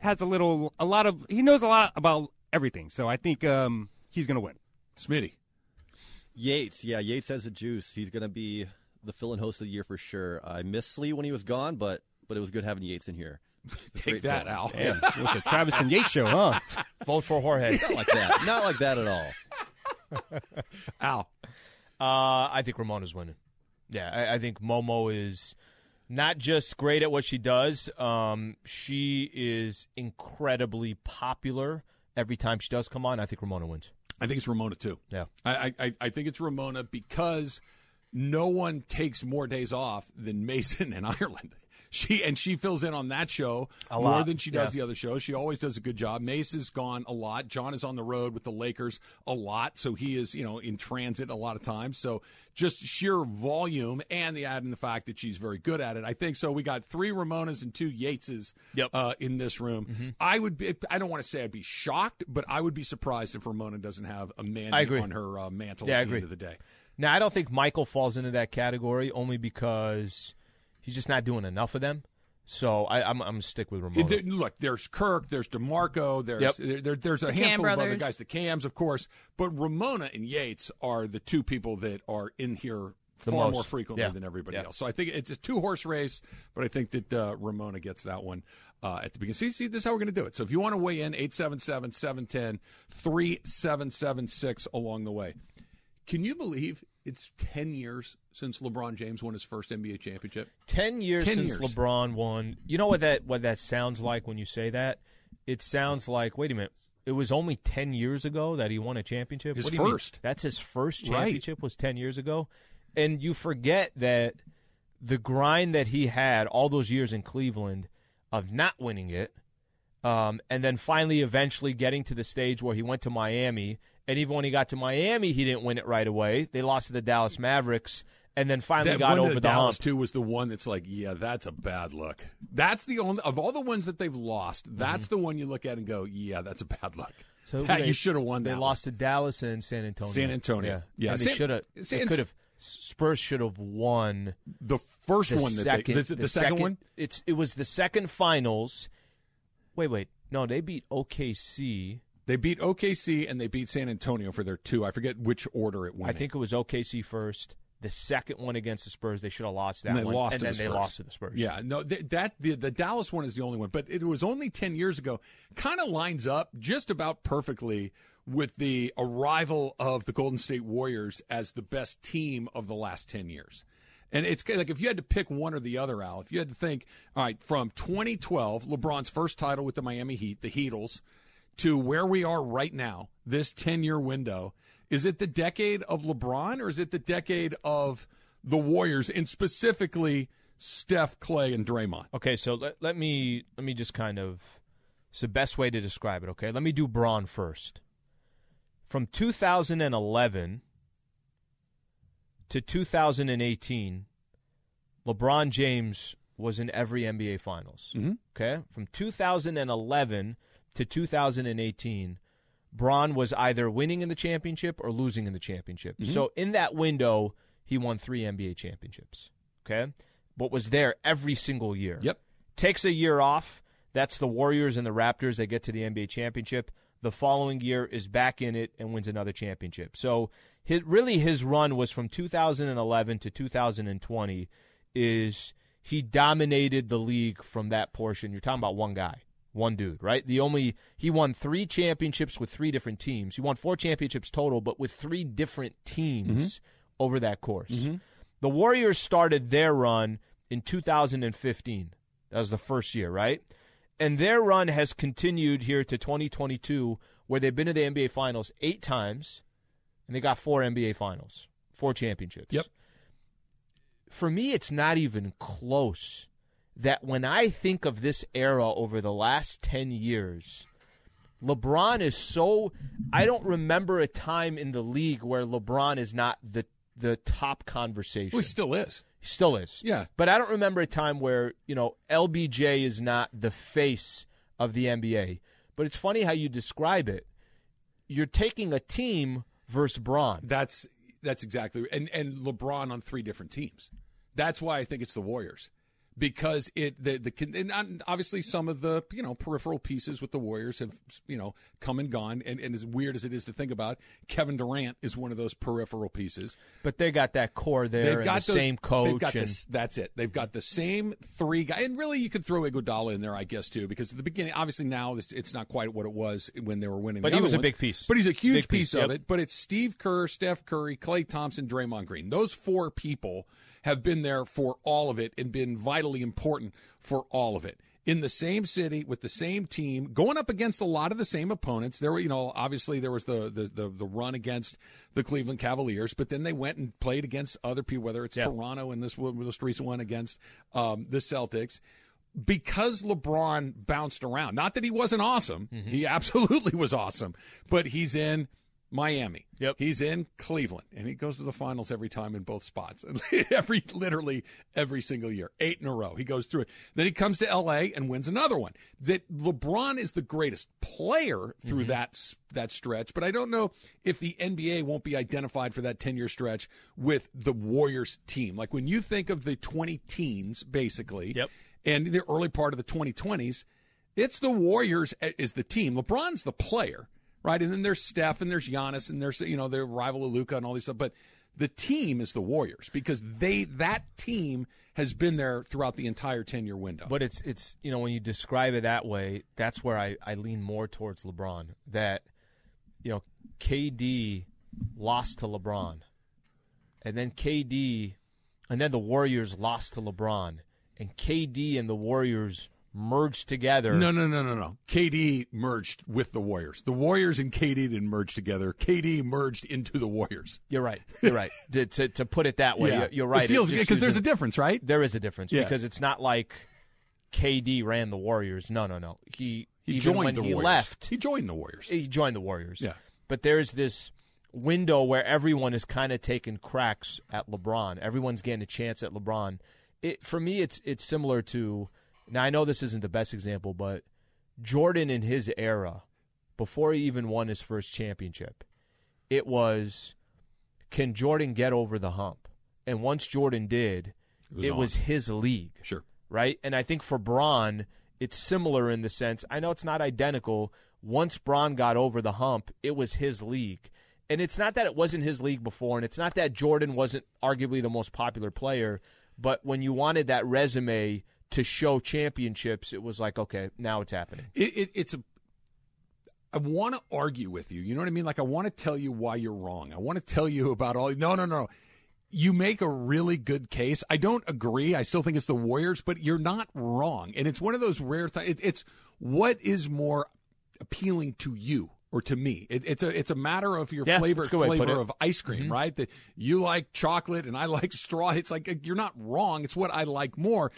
Speaker 5: has a little, a lot of, he knows a lot about everything. So I think um, he's going to win.
Speaker 2: Smitty.
Speaker 7: Yates, yeah, Yates has a juice. He's going to be the fill-in host of the year for sure. I missed Slee when he was gone, but but it was good having Yates in here.
Speaker 2: Take that, Al.
Speaker 5: Damn, it was a Travis and Yates show, huh?
Speaker 3: Vote for Jorge.
Speaker 7: Not like that. Not like that at all.
Speaker 2: Al.
Speaker 3: Uh, I think Ramona's winning. Yeah, I, I think Momo is not just great at what she does. Um, she is incredibly popular every time she does come on. I think Ramona wins.
Speaker 2: I think it's Ramona too.
Speaker 3: Yeah.
Speaker 2: I, I- I, I think it's Ramona because no one takes more days off than Mason in Ireland. She and she fills in on that show
Speaker 3: A
Speaker 2: more
Speaker 3: lot,
Speaker 2: than she does
Speaker 3: yeah.
Speaker 2: the other shows. She always does a good job. Mace is gone a lot. John is on the road with the Lakers a lot, so he is you know in transit a lot of times. So just sheer volume and the add in the fact that she's very good at it. I think so. We got three Ramonas and two Yateses
Speaker 3: Yep. Mm-hmm.
Speaker 2: uh, in this room. I would be. I don't want to say I'd be shocked, but I would be surprised if Ramona doesn't have a man
Speaker 3: I agree.
Speaker 2: on her uh, mantle
Speaker 3: Yeah,
Speaker 2: at
Speaker 3: I
Speaker 2: the
Speaker 3: agree.
Speaker 2: end of the day.
Speaker 3: Now, I don't think Michael falls into that category only because he's just not doing enough of them. So I, I'm, I'm gonna stick with Ramona.
Speaker 2: There- look, there's Kirk, there's DeMarco, there's
Speaker 3: Yep.
Speaker 2: there, there- there's a
Speaker 4: The Cam
Speaker 2: handful of other
Speaker 4: brothers.
Speaker 2: guys, the Cams, of course, but Ramona and Yates are the two people that are in here
Speaker 3: The
Speaker 2: far
Speaker 3: most.
Speaker 2: more frequently
Speaker 3: Yeah.
Speaker 2: than everybody
Speaker 3: Yeah.
Speaker 2: else. So I think it's a two horse race, but I think that uh, Ramona gets that one uh, at the beginning. See, see, this is how we're going to do it. So if you want to weigh in, 877 710 3776 along the way. Can you believe it's 10 years since LeBron James won his first NBA championship?
Speaker 3: Ten years
Speaker 2: 10
Speaker 3: since
Speaker 2: years.
Speaker 3: LeBron won. You know what that what that sounds like when you say that? It sounds like wait a minute. It was only ten years ago that he won a championship.
Speaker 2: His
Speaker 3: What do you mean?
Speaker 2: first.
Speaker 3: That's his first
Speaker 2: Right.
Speaker 3: championship was ten years ago, and you forget that the grind that he had all those years in Cleveland of not winning it, um, and then finally eventually getting to the stage where he went to Miami. And even when he got to Miami, he didn't win it right away. They lost to the Dallas Mavericks, and then finally
Speaker 2: that
Speaker 3: got
Speaker 2: one to
Speaker 3: over
Speaker 2: the
Speaker 3: the
Speaker 2: Dallas
Speaker 3: hump.
Speaker 2: too was the one that's like, yeah, that's a bad look. That's the only of all the ones that they've lost. That's the one you look at and go, yeah, that's a bad look.
Speaker 3: Mm-hmm. So
Speaker 2: That-
Speaker 3: they-
Speaker 2: you should have won.
Speaker 3: They
Speaker 2: that
Speaker 3: lost to Dallas and San Antonio.
Speaker 2: San Antonio. Yeah.
Speaker 3: yeah. And they
Speaker 2: San-
Speaker 3: should have.
Speaker 2: San-
Speaker 3: They could have. Spurs should have won
Speaker 2: one. the first
Speaker 3: the
Speaker 2: one. That
Speaker 3: second.
Speaker 2: they, the, the second, one.
Speaker 3: It's it was the second finals. Wait, wait. No, they beat OKC.
Speaker 2: They beat OKC and they beat San Antonio for their two. I forget which order it went.
Speaker 3: I
Speaker 2: in.
Speaker 3: think it was OKC first. The second one against the Spurs, they should have lost that
Speaker 2: and they
Speaker 3: one.
Speaker 2: lost
Speaker 3: and
Speaker 2: to
Speaker 3: then
Speaker 2: the
Speaker 3: they
Speaker 2: Spurs.
Speaker 3: lost to the Spurs.
Speaker 2: Yeah, no, th- that the, the Dallas one is the only one, but it was only ten years ago. Kind of lines up just about perfectly with the arrival of the Golden State Warriors as the best team of the last ten years. And it's kinda like if you had to pick one or the other, Al. If you had to think, all right, from 2012, LeBron's first title with the Miami Heat, the Heatles, to where we are right now, this 10 year window, is it the decade of LeBron or is it the decade of the Warriors and specifically Steph, Clay, and Draymond?
Speaker 3: Okay, so let, let me let me just kind of it's the best way to describe it, okay? Let me do Braun first. From 2011 to 2018, LeBron James was in every NBA Finals.
Speaker 2: Mhm.
Speaker 3: Okay? From 2011 to 2018, Braun was either winning in the championship or losing in the championship. So in that window, he won 3 NBA championships. Okay? But was there every single year
Speaker 2: Yep.
Speaker 3: takes a year off. That's the Warriors and the Raptors that get to the NBA championship. The following year is back in it and wins another championship. So his, really his run was from 2011 to 2020 is he dominated the league from that portion. You're talking about one guy, one dude, right? The only he won 3 championships with 3 different teams. He won 4 championships total but with 3 different teams over that course. The Warriors started their run in 2015. That was the first year, right? And their run has continued here to 2022, where they've been to the NBA Finals eight times, and they got four NBA Finals, four championships.
Speaker 2: Yep.
Speaker 3: For me, it's not even close that when I think of this era over the last 10 years, LeBron is so. I don't remember a time in the league where LeBron is not the the top conversation.
Speaker 2: Well, he still is.
Speaker 3: He still is.
Speaker 2: Yeah.
Speaker 3: But I don't remember a time where, you know, LBJ is not the face of the NBA. But it's funny how you describe it. You're taking a team versus Braun.
Speaker 2: That's that's exactly and and LeBron on three different teams. That's why I think it's the Warriors because it the the con- and um, obviously some of the you know peripheral pieces with the Warriors have you know come and gone and, and as weird as it is to think about, Kevin Durant is one of those peripheral pieces.
Speaker 3: But they got that core there and the
Speaker 2: those-
Speaker 3: same coach.
Speaker 2: They've got
Speaker 3: and,
Speaker 2: this, that's it. They've got the same three guys, and really you could throw Iguodala in there, I guess, too, because at the beginning, obviously now this, it's not quite what it was when they were winning.
Speaker 3: But
Speaker 2: the
Speaker 3: he
Speaker 2: other
Speaker 3: was a
Speaker 2: ones.
Speaker 3: big piece.
Speaker 2: But he's a huge
Speaker 3: Big
Speaker 2: piece
Speaker 3: piece,
Speaker 2: of
Speaker 3: yep.
Speaker 2: it. But it's Steve Kerr, Steph Curry, Clay Thompson, Draymond Green. Those four people have been there for all of it and been vitally important for all of it. In the same city with the same team, going up against a lot of the same opponents. There were, you know, obviously there was the the, the, the run against the Cleveland Cavaliers, but then they went and played against other people, whether it's Toronto and this one- most recent one against um, the Celtics because LeBron bounced around, not that he wasn't awesome,
Speaker 3: Mm-hmm.
Speaker 2: he absolutely was awesome, but he's in Miami.
Speaker 3: Yep.
Speaker 2: He's in Cleveland, and he goes to the finals every time in both spots, every literally every single year, eight in a row. He goes through it. Then he comes to L.A. and wins another one. That LeBron is the greatest player through
Speaker 3: Mm-hmm.
Speaker 2: that s- that stretch, but I don't know if the NBA won't be identified for that ten year stretch with the Warriors team. Like when you think of the twenty teens, basically.
Speaker 3: Yep.
Speaker 2: And the early part of the 2020s, it's the Warriors a- is the team. LeBron's the player, right? And then there's Steph and there's Giannis and there's you know their rival of Luca and all these stuff. But the team is the Warriors because they that team has been there throughout the entire 10 year window.
Speaker 3: But it's it's you know when you describe it that way, that's where I, I lean more towards LeBron. That you know KD lost to LeBron, and then KD, and then the Warriors lost to LeBron, and KD and the Warriors merged together.
Speaker 2: no, no, no, no, no. KD merged with the Warriors. The Warriors and KD didn't merge together. KD merged into the Warriors.
Speaker 3: You're right. You're right. to, to to put it that way, you're, you're right.
Speaker 2: It feels
Speaker 3: It's just
Speaker 2: because there's a
Speaker 3: using-
Speaker 2: difference, right?
Speaker 3: there is a difference
Speaker 2: Yeah.
Speaker 3: because it's not like KD ran the Warriors. No, no, no. He,
Speaker 2: He
Speaker 3: even
Speaker 2: joined
Speaker 3: when
Speaker 2: the
Speaker 3: he
Speaker 2: Warriors.
Speaker 3: left.
Speaker 2: He joined the Warriors.
Speaker 3: he joined the Warriors.
Speaker 2: Yeah.
Speaker 3: But there's this window where everyone is kind of taking cracks at LeBron. Everyone's getting a chance at LeBron. It for me it's it's similar to now I know this isn't the best example, but Jordan in his era, before he even won his first championship, it was can Jordan get over the hump? And once Jordan did,
Speaker 2: was
Speaker 3: it
Speaker 2: on.
Speaker 3: was his league
Speaker 2: Sure.
Speaker 3: right? And I think for Braun, it's similar in the sense. I know it's not identical. Once Braun got over the hump, it was his league. And it's not that it wasn't his league before, and it's not that Jordan wasn't arguably the most popular player, but when you wanted that resume to show championships, it was like, okay, now it's happening.
Speaker 2: It, it, it's a. I want to argue with you. You know what I mean? Like I want to tell you why you're wrong. I want to tell you about all. No, no, no. You make a really good case. I don't agree. I still think it's the Warriors, but you're not wrong. And it's one of those rare things. It, it's what is more appealing to you or to me. It, it's a it's a matter of your
Speaker 3: Yeah,
Speaker 2: flavor
Speaker 3: that's a good way to put
Speaker 2: flavor
Speaker 3: it. Mm-hmm.
Speaker 2: of ice cream, right? That you like chocolate and I like straw. It's like you're not wrong. It's what I like more.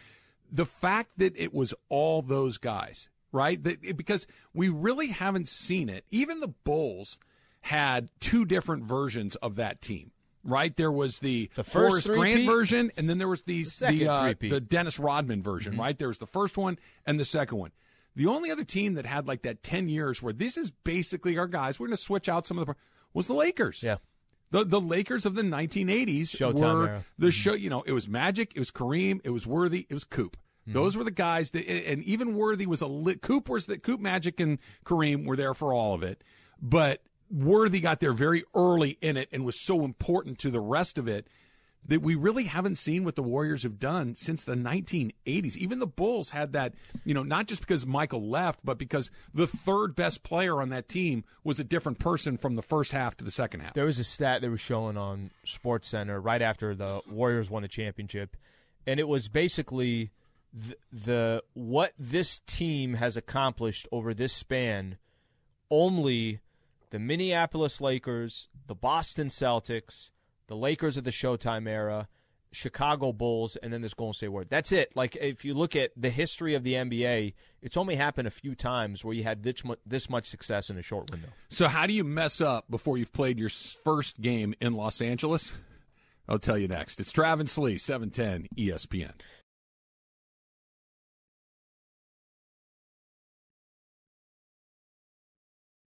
Speaker 2: The fact that it was all those guys, right? That it- because we really haven't seen it. Even the Bulls had two different versions of that team. Right there was the,
Speaker 3: The
Speaker 2: Horace
Speaker 3: first
Speaker 2: Grant
Speaker 3: three-peat?
Speaker 2: version, and then there was the the,
Speaker 3: second
Speaker 2: uh,
Speaker 3: three-peat.
Speaker 2: the Dennis Rodman version, right? There was the first one and the second one. The only other team that had like that 10 years where this is basically our guys, we're going to switch out some of the was the Lakers. The, the Lakers of the 1980s
Speaker 3: Showtime
Speaker 2: were
Speaker 3: era. Mm-hmm.
Speaker 2: the show, you know, it was Magic, it was Kareem, it was Worthy, it was Coop.
Speaker 3: Mm-hmm.
Speaker 2: Those were the guys that, and even Worthy was a lit. Coop was that Coop Magic and Kareem were there for all of it, but Worthy got there very early in it and was so important to the rest of it that we really haven't seen what the Warriors have done since the 1980s. Even the Bulls had that, you know, not just because Michael left, but because the third best player on that team was a different person from the first half to the second half.
Speaker 3: There was a stat they were showing on Sports Center right after the Warriors won a championship, and it was basically the, the what this team has accomplished over this span. Only the Minneapolis Lakers, the Boston Celtics, the Lakers of the Showtime era, Chicago Bulls, and then this Golden State Warriors. That's it. Like if you look at the history of the NBA, it's only happened a few times where you had this much, this much success in a short window.
Speaker 2: So how do you mess up before you've played your s- first game in Los Angeles? I'll tell you next. It's Travis Lee, E 710 ESPN.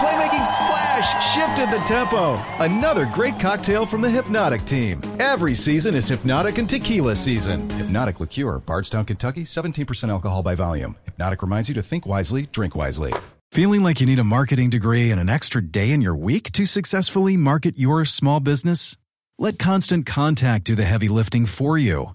Speaker 6: playmaking splash shifted the tempo. Another great cocktail from the Hypnotic team. Every season is Hypnotic and Tequila season. Hypnotic Liqueur, Bardstown, Kentucky, 17% alcohol by volume. Hypnotic reminds you to think wisely, drink wisely. Feeling like you need a marketing degree and an extra day in your week to successfully market your small business? Let Constant Contact do the heavy lifting for you.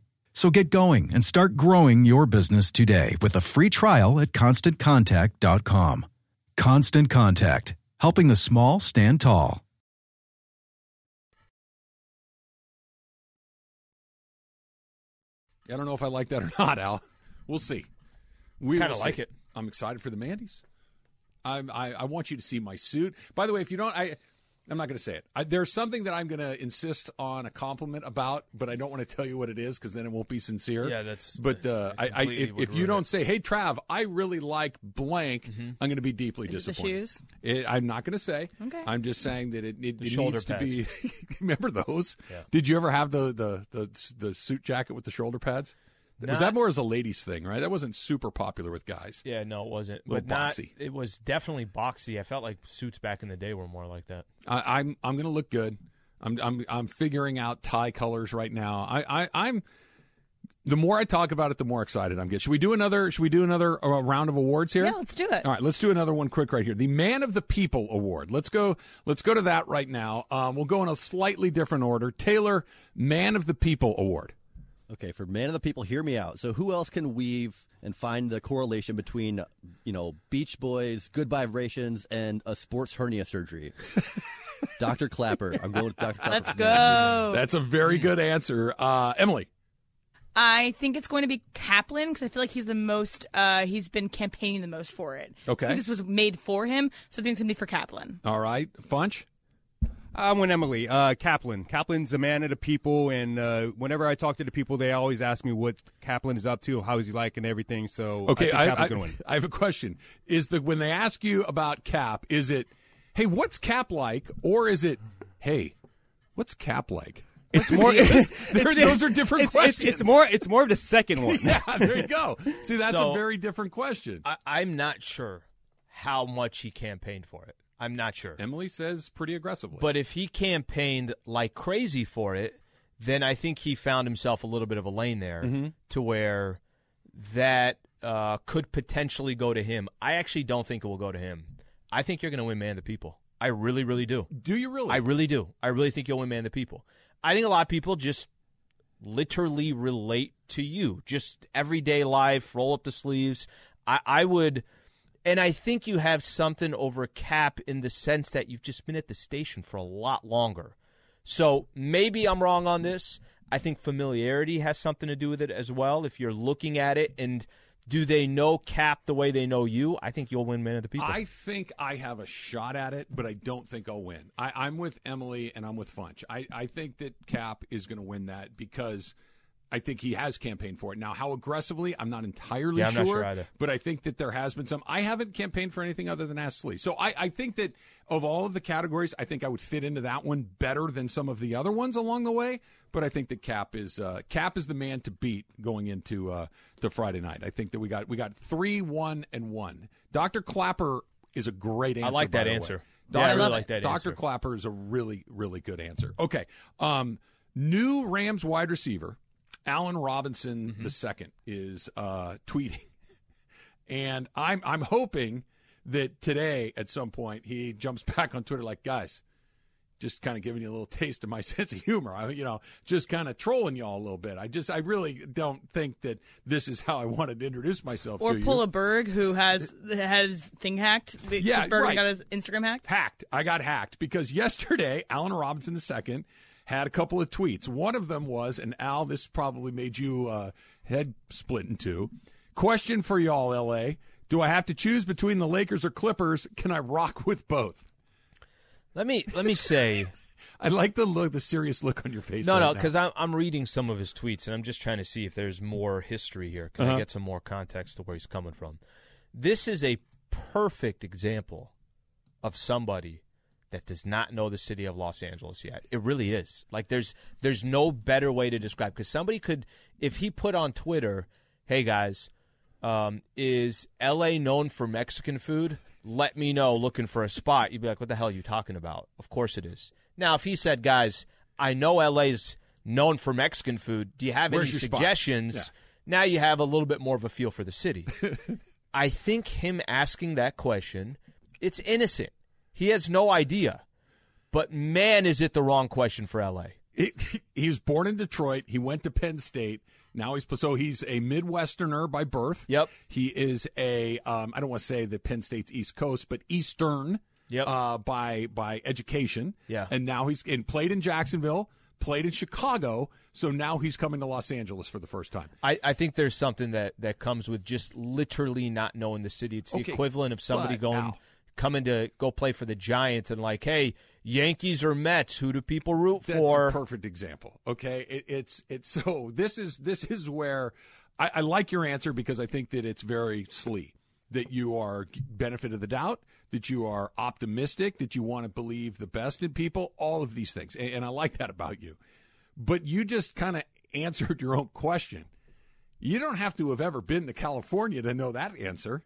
Speaker 6: So get going and start growing your business today with a free trial at constantcontact.com. Constant Contact, helping the small stand tall.
Speaker 2: I don't know if I like that or not, Al. We'll see. We
Speaker 3: Kinda
Speaker 2: will
Speaker 3: like
Speaker 2: see.
Speaker 3: it.
Speaker 2: I'm excited for the Mandy's. I'm, I I want you to see my suit. By the way, if you don't, I I'm not going to say it. I, there's something that I'm going to insist on a compliment about, but I don't want to tell you what it is because then it won't be sincere.
Speaker 3: Yeah, that's-
Speaker 2: But uh, I, I
Speaker 3: completely
Speaker 2: if,
Speaker 3: would
Speaker 2: if you
Speaker 3: ruin
Speaker 2: don't
Speaker 3: it. Mm-hmm.
Speaker 2: say, "Hey, Trav, I really like blank," I'm going to be deeply
Speaker 4: Is it the
Speaker 2: disappointed.
Speaker 4: shoes?
Speaker 2: It- I'm not going to say.
Speaker 4: Okay.
Speaker 2: I'm just saying that it, it, it
Speaker 3: shoulder
Speaker 2: needs to be. remember those? Did you ever have the, the the the suit jacket with the shoulder pads? was that
Speaker 3: Not-
Speaker 2: more as a ladies thing, right? That wasn't super popular with guys.
Speaker 3: Yeah, no, it wasn't.
Speaker 2: Little
Speaker 3: But not,
Speaker 2: boxy.
Speaker 3: it was definitely boxy. I felt like suits back in the day were more like that.
Speaker 2: I, I'm I'm going to look good. I'm I'm I'm figuring out tie colors right now. I, I I'm the more I talk about it, the more excited I'm getting. Should we do another? Should we do another uh, round of awards here?
Speaker 4: Yeah, let's do it.
Speaker 2: All right, let's do another one quick right here. The Man of the People Award. Let's go. Let's go to that right now. Um, we'll go in a slightly different order. Taylor, Man of the People Award.
Speaker 7: Okay, for man of the people, hear me out. So who else can weave and find the correlation between, you know, Beach Boys, good vibrations, and a sports hernia surgery? Dr. Clapper. I'm going with Dr. Clapper.
Speaker 4: Let's
Speaker 7: for man.
Speaker 4: go.
Speaker 2: That's a very good answer, uh, Emily.
Speaker 4: I think it's going to be Kaplan because I feel like he's the most. Uh, he's been campaigning the most for it.
Speaker 2: Okay.
Speaker 4: I think this was made for him, so I think it's going to be for Kaplan.
Speaker 2: All right, Funch.
Speaker 5: I'm with Emily. Uh, Kaplan. Kaplan's a man of the people, and uh, whenever I talk to the people, they always ask me what Kaplan is up to, how is he like, and everything. So I
Speaker 2: Okay,
Speaker 5: think
Speaker 2: I, I,
Speaker 5: Kaplan's gonna win.
Speaker 2: I have a question. Is the when they ask you about Cap, is it, hey, what's Cap like, or is it, hey, what's Cap like? It's more. those are different
Speaker 5: it's,
Speaker 2: questions.
Speaker 5: It's, it's more. It's more of the second one.
Speaker 2: Yeah, there you go. See, that's a
Speaker 3: So-
Speaker 2: very different question.
Speaker 3: I, I'm not sure how much he campaigned for it. I'm not sure.
Speaker 2: Emily says pretty aggressively.
Speaker 3: But if he campaigned like crazy for it, then I think he found himself a little bit of a lane there
Speaker 5: Mm-hmm.
Speaker 3: to where that uh, could potentially go to him. I actually don't think it will go to him. I think you're going to win Man of the People. I really, really do.
Speaker 2: do you really?
Speaker 3: I really do. I really think you'll win Man of the People. I think a lot of people just literally relate to you. Just everyday life, roll up the sleeves. I, I would and I think you have something over cap in the sense that you've just been at the station for a lot longer. So maybe I'm wrong on this. I think familiarity has something to do with it as well. If you're looking at it and do they know cap the way they know you, I think you'll win Man of the People.
Speaker 2: I think I have a shot at it, but I don't think I'll win. I, I'm with Emily and I'm with Funch. I, I think that Cap is going to win that because I think he has campaigned for it. Now, how aggressively, I'm not entirely
Speaker 3: Yeah, I'm
Speaker 2: sure,
Speaker 3: not sure either.
Speaker 2: but I think that there has been some. I haven't campaigned for anything other than Ask Slee. So I, I think that of all of the categories, I think I would fit into that one better than some of the other ones along the way. But I think that Cap is uh, Cap is the man to beat going into uh, to Friday night. I think that we got we got three, one, and one. Doctor Clapper is a great answer.
Speaker 3: I like
Speaker 2: by
Speaker 3: that
Speaker 2: the way.
Speaker 3: answer.
Speaker 2: Doc-
Speaker 3: yeah, I really like that
Speaker 2: Dr.
Speaker 3: answer.
Speaker 2: Clapper is a really, really good answer. Okay. Um, new Rams wide receiver, Allen
Speaker 3: Mm-hmm.
Speaker 2: Robinson the second is uh, tweeting. And I'm I'm hoping that today at some point he jumps back on Twitter like, guys, just kind of giving you a little taste of my sense of humor. I, you know, just kind of trolling y'all a little bit. I just, I really don't think that this is how I wanted to introduce myself.
Speaker 4: Or
Speaker 2: to
Speaker 4: pull
Speaker 2: you.
Speaker 4: a Berg who has had his thing hacked.
Speaker 2: Yeah,
Speaker 4: because Berg
Speaker 2: right.
Speaker 4: got his Instagram hacked.
Speaker 2: hacked. I got hacked because yesterday Allen Robinson II had a couple of tweets. One of them was, and Al, this probably made you uh, head split in two. Question for y'all, LA: Do I have to choose between the Lakers or Clippers? Can I rock with both?
Speaker 3: Let me let me say
Speaker 2: I like the look, the serious look on your face.
Speaker 3: no,
Speaker 2: right
Speaker 3: no,
Speaker 2: now.
Speaker 3: because I'm I'm reading some of his tweets and I'm just trying to see if there's more history here.
Speaker 2: Uh-huh.
Speaker 3: Can I get some more context to where he's coming from? This is a perfect example of somebody that does not know the city of Los Angeles yet. It really is. Like there's there's no better way to describe because somebody could if he put on Twitter, "Hey guys, um, is LA known for Mexican food? Let me know looking for a spot. You'd be like, what the hell are you talking about? Of course it is. Now, if he said, guys, I know LA's known for Mexican food. Do you have
Speaker 2: Where's
Speaker 3: any
Speaker 2: your spot?
Speaker 3: suggestions?
Speaker 2: Yeah.
Speaker 3: Now you have a little bit more of a feel for the city. I think him asking that question, it's innocent. He has no idea. But man, is it the wrong question for LA.
Speaker 2: It, he was born in Detroit. He went to Penn State. Now he's so he's a Midwesterner by birth.
Speaker 3: Yep.
Speaker 2: He is a um, I don't want to say that Penn State's East Coast, but Eastern.
Speaker 3: Yep.
Speaker 2: Uh, by by education.
Speaker 3: Yeah.
Speaker 2: And now he's and played in Jacksonville, played in Chicago. So now he's coming to Los Angeles for the first time.
Speaker 3: I, I think there's something that, that comes with just literally not knowing the city. It's the
Speaker 2: Okay,
Speaker 3: equivalent of somebody
Speaker 2: but
Speaker 3: going
Speaker 2: now-
Speaker 3: coming to go play for the Giants and like, hey, Yankees or Mets, who do people root
Speaker 2: That's
Speaker 3: for?
Speaker 2: a perfect example. Okay, it, it's it's so this is this is where I, I like your answer because I think that it's very slee that you are benefit of the doubt, that you are optimistic, that you want to believe the best in people, all of these things, and, and I like that about you. But you just kind of answered your own question. You don't have to have ever been to California to know that answer.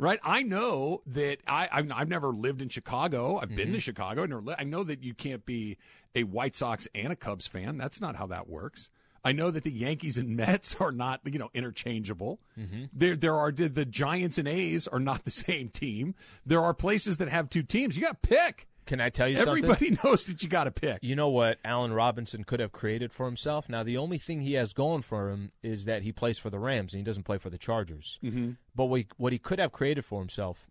Speaker 2: Right, I know that I I've, I've never lived in Chicago. I've
Speaker 3: Mm-hmm.
Speaker 2: been to Chicago. I, never li- I know that you can't be a White Sox and a Cubs fan. That's not how that works. I know that the Yankees and Mets are not you know interchangeable.
Speaker 3: Mm-hmm.
Speaker 2: There there are the, the Giants and A's are not the same team. There are places that have two teams. You got to pick.
Speaker 3: Can I tell you something?
Speaker 2: Everybody knows that you got to pick.
Speaker 3: You know what Allen Robinson could have created for himself? Now, the only thing he has going for him is that he plays for the Rams and he doesn't play for the Chargers. Mm-hmm. But what he, what he could have created for himself,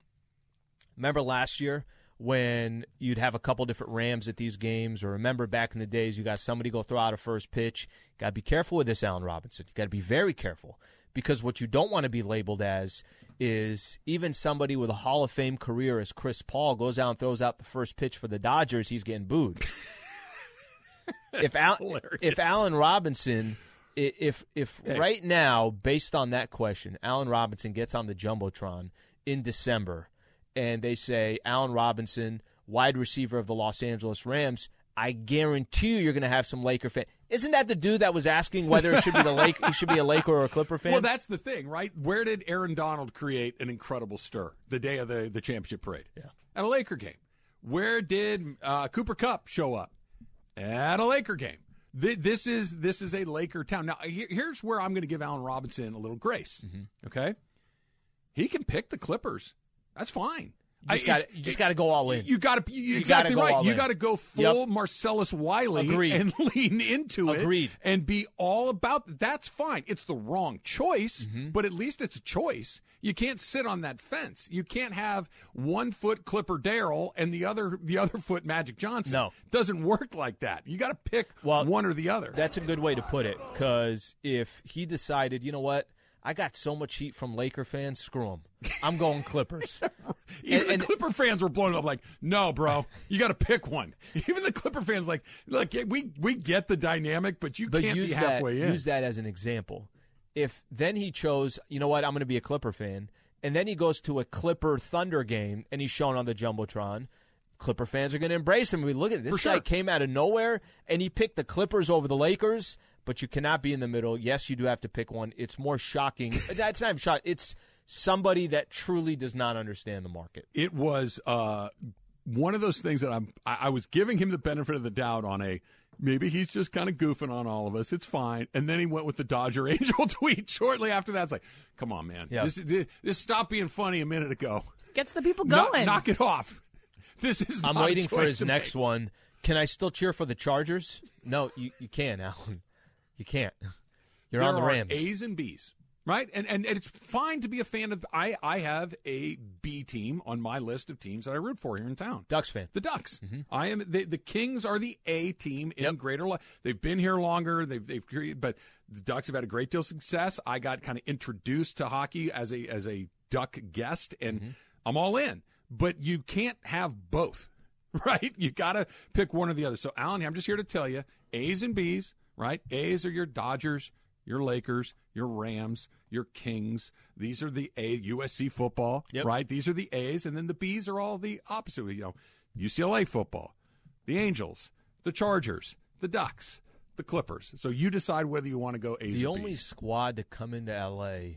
Speaker 3: remember last year when you'd have a couple different Rams at these games, or remember back in the days you got somebody go throw out a first pitch? Got to be careful with this, Allen Robinson. You got to be very careful because what you don't want to be labeled as is even somebody with a Hall of Fame career as Chris Paul goes out and throws out the first pitch for the Dodgers, he's getting booed if Al-
Speaker 2: hilarious.
Speaker 3: if Allen Robinson i- if if right now based on that question Allen Robinson gets on the jumbotron in December and they say Allen Robinson wide receiver of the Los Angeles Rams I guarantee you you're going to have some Laker fan isn't that the dude that was asking whether it should be the Lake he should be a Laker or a Clipper fan
Speaker 2: Well, that's the thing, right? Where did Aaron Donald create an incredible stir the day of the, the championship parade? Yeah. At a Laker game. Where did uh, Cooper Cup show up? At a Laker game. Th- this is this is a Laker town. Now, here- here's where I'm going to give Allen Robinson a little grace. Okay, he can pick the Clippers. That's fine.
Speaker 3: you just
Speaker 2: I-
Speaker 3: got
Speaker 2: it's-
Speaker 3: you just got to go all in
Speaker 2: You got to
Speaker 3: gotta
Speaker 2: exactly
Speaker 3: go all
Speaker 2: right. You
Speaker 3: in.
Speaker 2: got to go full Marcellus Wiley
Speaker 3: Agreed.
Speaker 2: and lean into it
Speaker 3: Agreed.
Speaker 2: and be all about that's fine. It's the wrong choice,
Speaker 3: Mm-hmm.
Speaker 2: but at least it's a choice. You can't sit on that fence. You can't have one foot Clipper Daryl and the other the other foot Magic Johnson.
Speaker 3: No.
Speaker 2: doesn't work like that. You got to pick
Speaker 3: Well,
Speaker 2: one or the other.
Speaker 3: That's a good way to put it because if he decided, you know what, I got so much heat from Laker fans, screw them. I'm going Clippers.
Speaker 2: Even
Speaker 3: and-
Speaker 2: the Clipper fans were blown up like, no, bro, you got to pick one. Even the Clipper fans like, look, we we get the dynamic, but you
Speaker 3: but
Speaker 2: can't
Speaker 3: use
Speaker 2: be halfway
Speaker 3: that,
Speaker 2: in.
Speaker 3: use that as an example. If then he chose, you know what, I'm going to be a Clipper fan, and then he goes to a Clipper Thunder game and he's shown on the jumbotron. Clipper fans are going to embrace him. We look at this
Speaker 2: For
Speaker 3: guy
Speaker 2: sure.
Speaker 3: came out of nowhere and he picked the Clippers over the Lakers. But you cannot be in the middle. Yes, you do have to pick one. It's more shocking. That's not even shock. It's somebody that truly does not understand the market.
Speaker 2: it was uh, one of those things that I'm. I, I was giving him the benefit of the doubt on a. Maybe he's just kind of goofing on all of us. It's fine. And then he went with the Dodger Angel tweet shortly after that. It's like, come on, man.
Speaker 3: Yeah.
Speaker 2: This, this, this stopped being funny a minute ago.
Speaker 4: Gets the people
Speaker 2: Knock-
Speaker 4: going.
Speaker 2: Knock, it off. This is.
Speaker 3: I'm
Speaker 2: not a
Speaker 3: waiting for
Speaker 2: choice
Speaker 3: his
Speaker 2: to
Speaker 3: next
Speaker 2: make.
Speaker 3: one. Can I still cheer for the Chargers? No, you, you can't, Alan. You can't.
Speaker 2: there
Speaker 3: You're on the
Speaker 2: are
Speaker 3: Rams.
Speaker 2: A's and B's, right? And, and and it's fine to be a fan of. I I have a B team on my list of teams that I root for here in town.
Speaker 3: Ducks fan.
Speaker 2: The Ducks. I am the, the Kings are the A team in Greater. Lo- they've been here longer. They've they've created, but the Ducks have had a great deal of success. I got kind of introduced to hockey as a as a Duck guest, and I'm all in. But you can't have both, right? You got to pick one or the other. So Alan, I'm just here to tell you, A's and B's, right? A's are your Dodgers. Your Lakers, your Rams, your Kings. These are the A USC football,
Speaker 3: Yep.
Speaker 2: right? These are the A's, and then the B's are all the opposite. You know, UCLA football, the Angels, the Chargers, the Ducks, the Clippers. So you decide whether you want to go A's
Speaker 3: The
Speaker 2: or
Speaker 3: only
Speaker 2: B's.
Speaker 3: squad to come into LA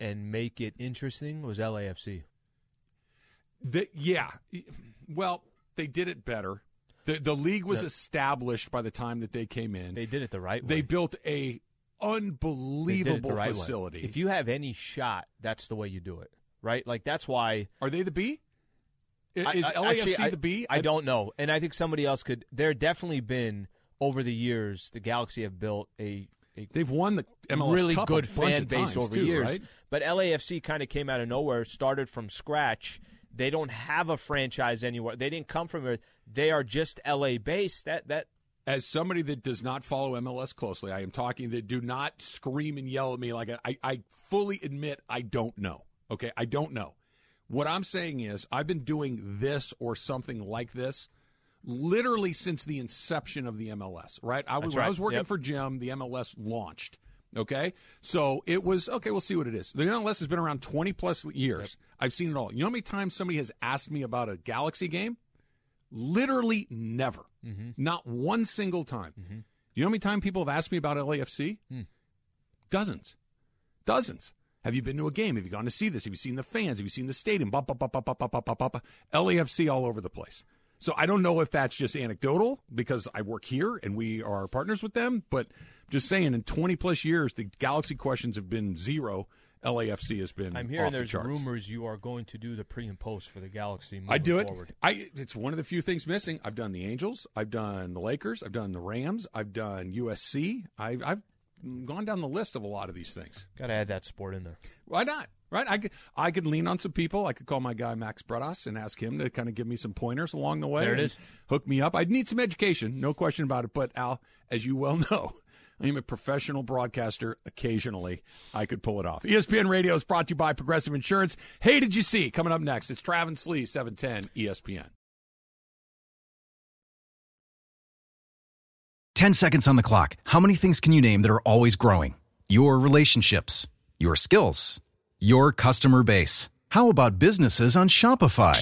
Speaker 3: and make it interesting was LAFC.
Speaker 2: The- yeah, well, they did it better. The the league was
Speaker 3: No.
Speaker 2: established by the time that they came in.
Speaker 3: They did it the right way.
Speaker 2: They built a
Speaker 3: They did it the
Speaker 2: unbelievable
Speaker 3: right way.
Speaker 2: facility.
Speaker 3: If you have any shot, that's the way you do it, right? Like that's why
Speaker 2: are they the B? I-
Speaker 3: I-
Speaker 2: Is
Speaker 3: I-
Speaker 2: LAFC
Speaker 3: actually, I-
Speaker 2: the B?
Speaker 3: I don't know, and I think somebody else could. There definitely been over the years the Galaxy have built a a
Speaker 2: They've won the MLS
Speaker 3: really
Speaker 2: Cup a
Speaker 3: good
Speaker 2: bunch
Speaker 3: fan
Speaker 2: of
Speaker 3: base
Speaker 2: times,
Speaker 3: over
Speaker 2: too,
Speaker 3: the years.
Speaker 2: right?
Speaker 3: But LAFC kind of came out of nowhere, started from scratch. They don't have a franchise anywhere. They didn't come from it. They are just LA based. That that
Speaker 2: as somebody that does not follow MLS closely, I am talking that do not scream and yell at me like I, I fully admit I don't know. Okay, I don't know. What I'm saying is I've been doing this or something like this literally since the inception of the MLS, right? I was
Speaker 3: That's
Speaker 2: when I
Speaker 3: right.
Speaker 2: was working
Speaker 3: Yep.
Speaker 2: for Jim, the MLS launched. Okay? So it was okay, we'll see what it is. The MLS has been around twenty plus years. I've seen it all. You know how many times somebody has asked me about a galaxy game? Literally never.
Speaker 3: Mm-hmm.
Speaker 2: Not one single time. You know how many times people have asked me about LAFC?
Speaker 3: Hmm.
Speaker 2: Dozens. Dozens. Have you been to a game? Have you gone to see this? Have you seen the fans? Have you seen the stadium? Ba, ba, ba, ba, ba, ba, ba, ba, ba, ba. LAFC all over the place. So I don't know if that's just anecdotal because I work here and we are partners with them, but just saying in 20 plus years, the Galaxy questions have been zero. LAFC has been.
Speaker 3: I'm
Speaker 2: off
Speaker 3: hearing
Speaker 2: the
Speaker 3: there's
Speaker 2: charts.
Speaker 3: rumors you are going to do the pre and post for the Galaxy.
Speaker 2: I
Speaker 3: moving
Speaker 2: do it.
Speaker 3: forward.
Speaker 2: I it's one of the few things missing. I've done the Angels, I've done the Lakers, I've done the Rams, I've done USC. I, I've gone down the list of a lot of these things.
Speaker 3: Got to add that sport in there.
Speaker 2: Why not? Right? I could, I could lean on some people. I could call my guy Max Bredas and ask him to kind of give me some pointers along the way.
Speaker 3: There it
Speaker 2: and
Speaker 3: is.
Speaker 2: Hook me up. I'd need some education, no question about it. But Al, as you well know, I'm a professional broadcaster. Occasionally, I could pull it off. E ESPN Radio is brought to you by Progressive Insurance. Hey, did you see? Coming up next, it's Travis Lee, E 710 ESPN.
Speaker 6: 10 seconds on the clock. How many things can you name that are always growing? Your relationships, your skills, your customer base. How about businesses on Shopify?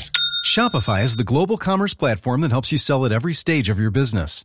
Speaker 6: Shopify is the global commerce platform that helps you sell at every stage of your business.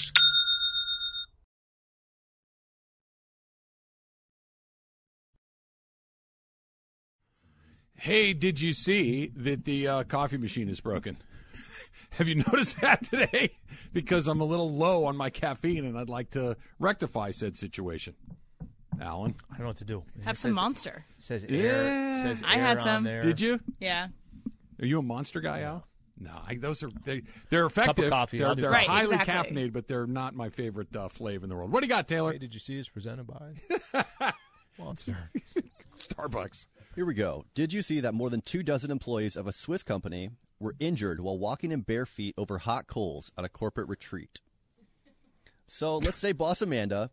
Speaker 2: Hey, did you see that the uh, coffee machine is broken? Have you noticed that today? because I'm a little low on my caffeine and I'd like to rectify said situation. Alan,
Speaker 3: I don't know what to do.
Speaker 4: Have
Speaker 3: It
Speaker 4: some
Speaker 3: says-
Speaker 4: monster.
Speaker 3: Says air.
Speaker 2: Yeah.
Speaker 3: Says
Speaker 4: I
Speaker 3: air
Speaker 4: had
Speaker 3: on
Speaker 4: some.
Speaker 3: there.
Speaker 2: did you?
Speaker 4: Yeah.
Speaker 2: Are you a monster guy, Al? No, I, those are they, they're effective.
Speaker 3: coffee,
Speaker 2: they're
Speaker 3: I'll do
Speaker 2: they're
Speaker 4: that. Right,
Speaker 2: highly
Speaker 4: exactly.
Speaker 2: caffeinated, but they're not my favorite uh, flavor in the world. What do you got, Taylor?
Speaker 3: Hey, did you see? It's presented by Monster.
Speaker 2: Starbucks.
Speaker 7: Here we go. Did you see that more than two dozen employees of a Swiss company were injured while walking in bare feet over hot coals at a corporate retreat? So let's say boss Amanda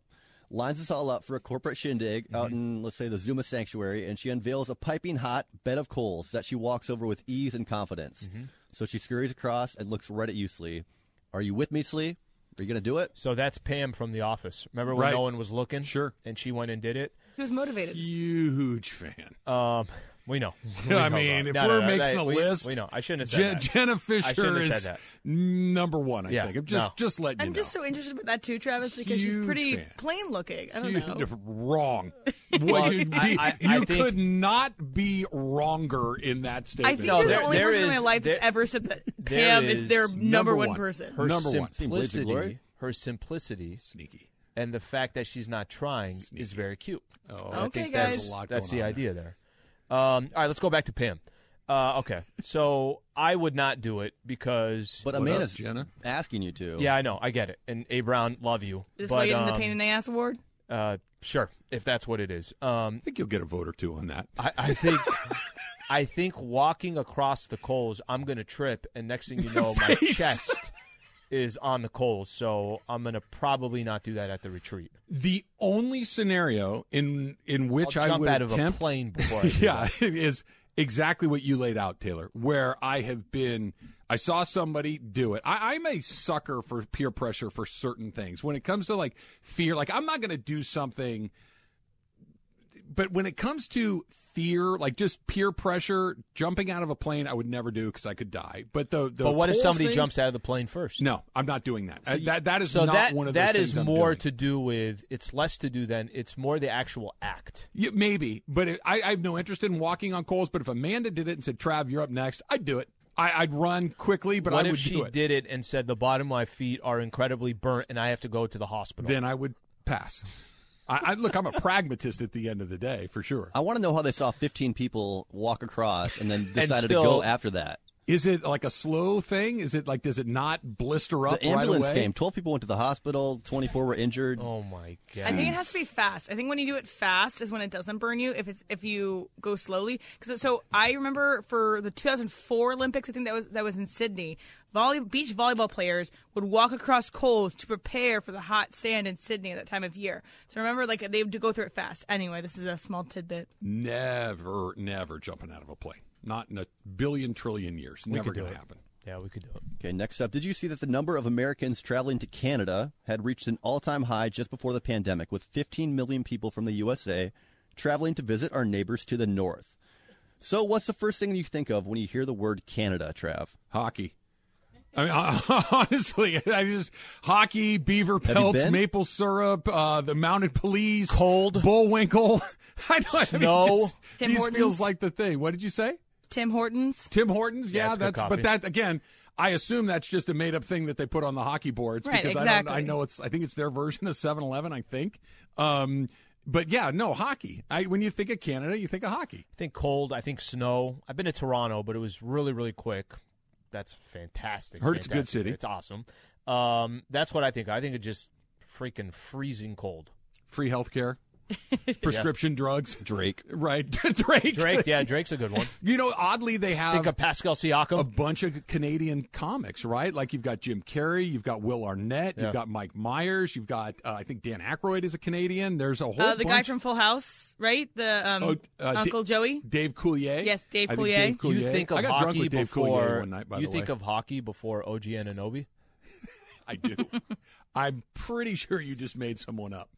Speaker 7: lines us all up for a corporate shindig
Speaker 2: Mm-hmm.
Speaker 7: out in, let's say, the Zuma sanctuary, and she unveils a piping hot bed of coals that she walks over with ease and confidence.
Speaker 2: Mm-hmm.
Speaker 7: So she scurries across and looks right at you, Slee. Are you with me, Slee? Are you going to do it?
Speaker 3: So that's Pam from The Office. Remember when
Speaker 2: Right.
Speaker 3: no one was looking?
Speaker 2: Sure.
Speaker 3: And she went and did it.
Speaker 4: He was motivated.
Speaker 2: Huge fan.
Speaker 3: Um, we know. We
Speaker 2: I
Speaker 3: know,
Speaker 2: mean,
Speaker 3: Bob.
Speaker 2: if
Speaker 3: No, no,
Speaker 2: we're
Speaker 3: no,
Speaker 2: making
Speaker 3: that-
Speaker 2: a
Speaker 3: we-
Speaker 2: list,
Speaker 3: we know. I shouldn't have
Speaker 2: Jen-
Speaker 3: said that.
Speaker 2: Jenna
Speaker 3: I
Speaker 2: Fisher
Speaker 3: shouldn't have
Speaker 2: is
Speaker 3: said that.
Speaker 2: number one. I
Speaker 3: Yeah,
Speaker 2: think. I'm just
Speaker 3: no.
Speaker 2: just letting
Speaker 4: I'm
Speaker 2: you
Speaker 4: just
Speaker 2: know.
Speaker 4: so interested about that too, Travis, because she's
Speaker 2: Huge
Speaker 4: pretty
Speaker 2: fan.
Speaker 4: plain looking. I don't
Speaker 2: You-
Speaker 4: know.
Speaker 2: Wrong. What
Speaker 3: Well,
Speaker 2: you'd be-
Speaker 3: I- I- I
Speaker 2: you
Speaker 3: think-
Speaker 2: could not be wronger in that
Speaker 4: I
Speaker 2: statement.
Speaker 4: think
Speaker 3: No,
Speaker 4: you're
Speaker 3: there-
Speaker 4: the only
Speaker 3: there
Speaker 4: person in
Speaker 3: is-
Speaker 4: my life
Speaker 3: there-
Speaker 4: that ever said that
Speaker 3: there
Speaker 4: Pam is,
Speaker 3: is
Speaker 4: their
Speaker 3: number
Speaker 4: number, one,
Speaker 2: one.
Speaker 4: person.
Speaker 3: her
Speaker 2: Number one.
Speaker 7: Seen Blades of
Speaker 3: simplicity,
Speaker 7: Glory?
Speaker 3: her simplicity,
Speaker 2: sneaky.
Speaker 3: and the fact that she's not trying is very cute.
Speaker 2: Oh,
Speaker 4: Okay,
Speaker 2: that's,
Speaker 4: guys.
Speaker 2: That's, a lot
Speaker 3: That's
Speaker 2: going
Speaker 3: the
Speaker 2: on
Speaker 3: idea there. Um, all right, let's go back to Pam. Uh, okay, so I would not do it because.
Speaker 7: But
Speaker 2: What
Speaker 7: Amanda's
Speaker 2: up, Jenna?
Speaker 7: asking you to.
Speaker 3: yeah, I know, I get it. And A Brown, love you.
Speaker 4: This
Speaker 3: but,
Speaker 4: way in the
Speaker 3: um,
Speaker 4: pain in the ass award.
Speaker 3: uh, sure, if that's what it is. Um,
Speaker 2: I think you'll get a vote or two on that.
Speaker 3: I, I think. I think walking across the coals, I'm gonna trip, and next thing you know, my chest is on the coals. So I'm gonna probably not do that at the retreat.
Speaker 2: The only scenario in in which
Speaker 3: I'll
Speaker 2: I
Speaker 3: jump
Speaker 2: would
Speaker 3: out of
Speaker 2: attempt,
Speaker 3: a plane before. I do
Speaker 2: yeah,
Speaker 3: that.
Speaker 2: it is exactly what you laid out, Taylor. Where I have been, I saw somebody do it. I, I'm a sucker for peer pressure for certain things. When it comes to like fear, like I'm not going to do something. But when it comes to fear, like just peer pressure, jumping out of a plane, I would never do because I could die. But the, the
Speaker 3: But what if
Speaker 2: coals
Speaker 3: somebody
Speaker 2: things-
Speaker 3: jumps out of the plane first?
Speaker 2: No, I'm not doing that. Uh, that that is
Speaker 3: So
Speaker 2: not
Speaker 3: that
Speaker 2: one of those
Speaker 3: that
Speaker 2: things
Speaker 3: is
Speaker 2: I'm
Speaker 3: more
Speaker 2: doing.
Speaker 3: to do with it's less to do than it's more the actual act.
Speaker 2: Yeah, maybe, but it, I, I have no interest in walking on coals. But if Amanda did it and said, "Trav, you're up next," I'd do it. I, I'd run quickly, but
Speaker 3: what
Speaker 2: I
Speaker 3: if
Speaker 2: would
Speaker 3: she
Speaker 2: do it.
Speaker 3: did it and said the bottom of my feet are incredibly burnt and I have to go to the hospital?
Speaker 2: Then I would pass. I, I look. I'm a pragmatist at the end of the day, for sure.
Speaker 7: I want to know how they saw 15 people walk across and then decided to
Speaker 3: still-
Speaker 7: go after that.
Speaker 2: Is it like a slow thing? Is it like does it not blister up
Speaker 7: The ambulance
Speaker 2: right away?
Speaker 7: came. 12 people went to the hospital. 24 were injured.
Speaker 3: oh my god!
Speaker 4: I think it has to be fast. I think when you do it fast is when it doesn't burn you. If it's if you go slowly, 'Cause- so I remember for the 2004 Olympics, I think that was that was in Sydney. Volley, beach volleyball players would walk across coals to prepare for the hot sand in Sydney at that time of year. So remember, like they have to go through it fast. Anyway, this is a small tidbit.
Speaker 2: Never, never jumping out of a plane. Not in a billion trillion years. never
Speaker 3: could do
Speaker 2: going to
Speaker 3: it.
Speaker 2: happen.
Speaker 3: yeah, we could do it.
Speaker 7: Okay, next up. Did you see that the number of Americans traveling to Canada had reached an all time high just before the pandemic, with 15 million people from the USA traveling to visit our neighbors to the north? So, what's the first thing you think of when you hear the word Canada, Trav?
Speaker 2: Hockey. I mean, honestly, I just hockey, beaver
Speaker 7: you
Speaker 2: pelts,
Speaker 7: been?
Speaker 2: maple syrup, uh, the mounted police,
Speaker 3: Cold.
Speaker 2: bullwinkle. I know. I mean,
Speaker 3: Snow.
Speaker 2: just-
Speaker 4: Tim
Speaker 2: these
Speaker 4: Hortons.
Speaker 2: feels like the thing. What did you say?
Speaker 4: Tim Hortons.
Speaker 2: Tim Hortons.
Speaker 3: Yeah,
Speaker 2: Yeah,
Speaker 3: it's good
Speaker 2: that's.
Speaker 3: coffee.
Speaker 2: But that again, I assume that's just a made up thing that they put on the hockey boards
Speaker 4: Right,
Speaker 2: because I don't. I
Speaker 4: exactly.
Speaker 2: know it's. I think it's their version of 7-Eleven, I think. Um, but yeah, no hockey. I when you think of Canada, you think of hockey.
Speaker 3: I think cold. I think snow. I've been to Toronto, but it was really, really quick. That's fantastic.
Speaker 2: Heard it's a good
Speaker 3: fantastic.
Speaker 2: city.
Speaker 3: It's awesome. Um, that's what I think. I think it just freaking freezing cold.
Speaker 2: Free healthcare, prescription drugs.
Speaker 7: Drake.
Speaker 2: Right, Drake.
Speaker 3: Drake, yeah, Drake's a good one.
Speaker 2: You know, oddly they have
Speaker 3: think of Pascal Siakam.
Speaker 2: a bunch Um, of Canadian comics, right? Like you've got Jim Carrey, you've got Will Arnett,
Speaker 3: Yeah.
Speaker 2: you've got Mike Myers, you've got uh, I think Dan Aykroyd is a Canadian. There's a whole
Speaker 4: Uh, the guy
Speaker 2: bunch-
Speaker 4: from Full House, right? The um,
Speaker 2: Oh, uh, D-
Speaker 4: Uncle Joey.
Speaker 2: Dave Coulier.
Speaker 4: Yes, Dave
Speaker 2: I think
Speaker 4: Coulier.
Speaker 2: Dave Coulier.
Speaker 3: You think of
Speaker 2: I got
Speaker 3: hockey
Speaker 2: drunk with Dave
Speaker 3: before
Speaker 2: Coulier one night. By
Speaker 3: you
Speaker 2: the
Speaker 3: think
Speaker 2: way,
Speaker 3: of hockey before OG Ananobi?
Speaker 2: I do. I'm pretty sure you just made someone up.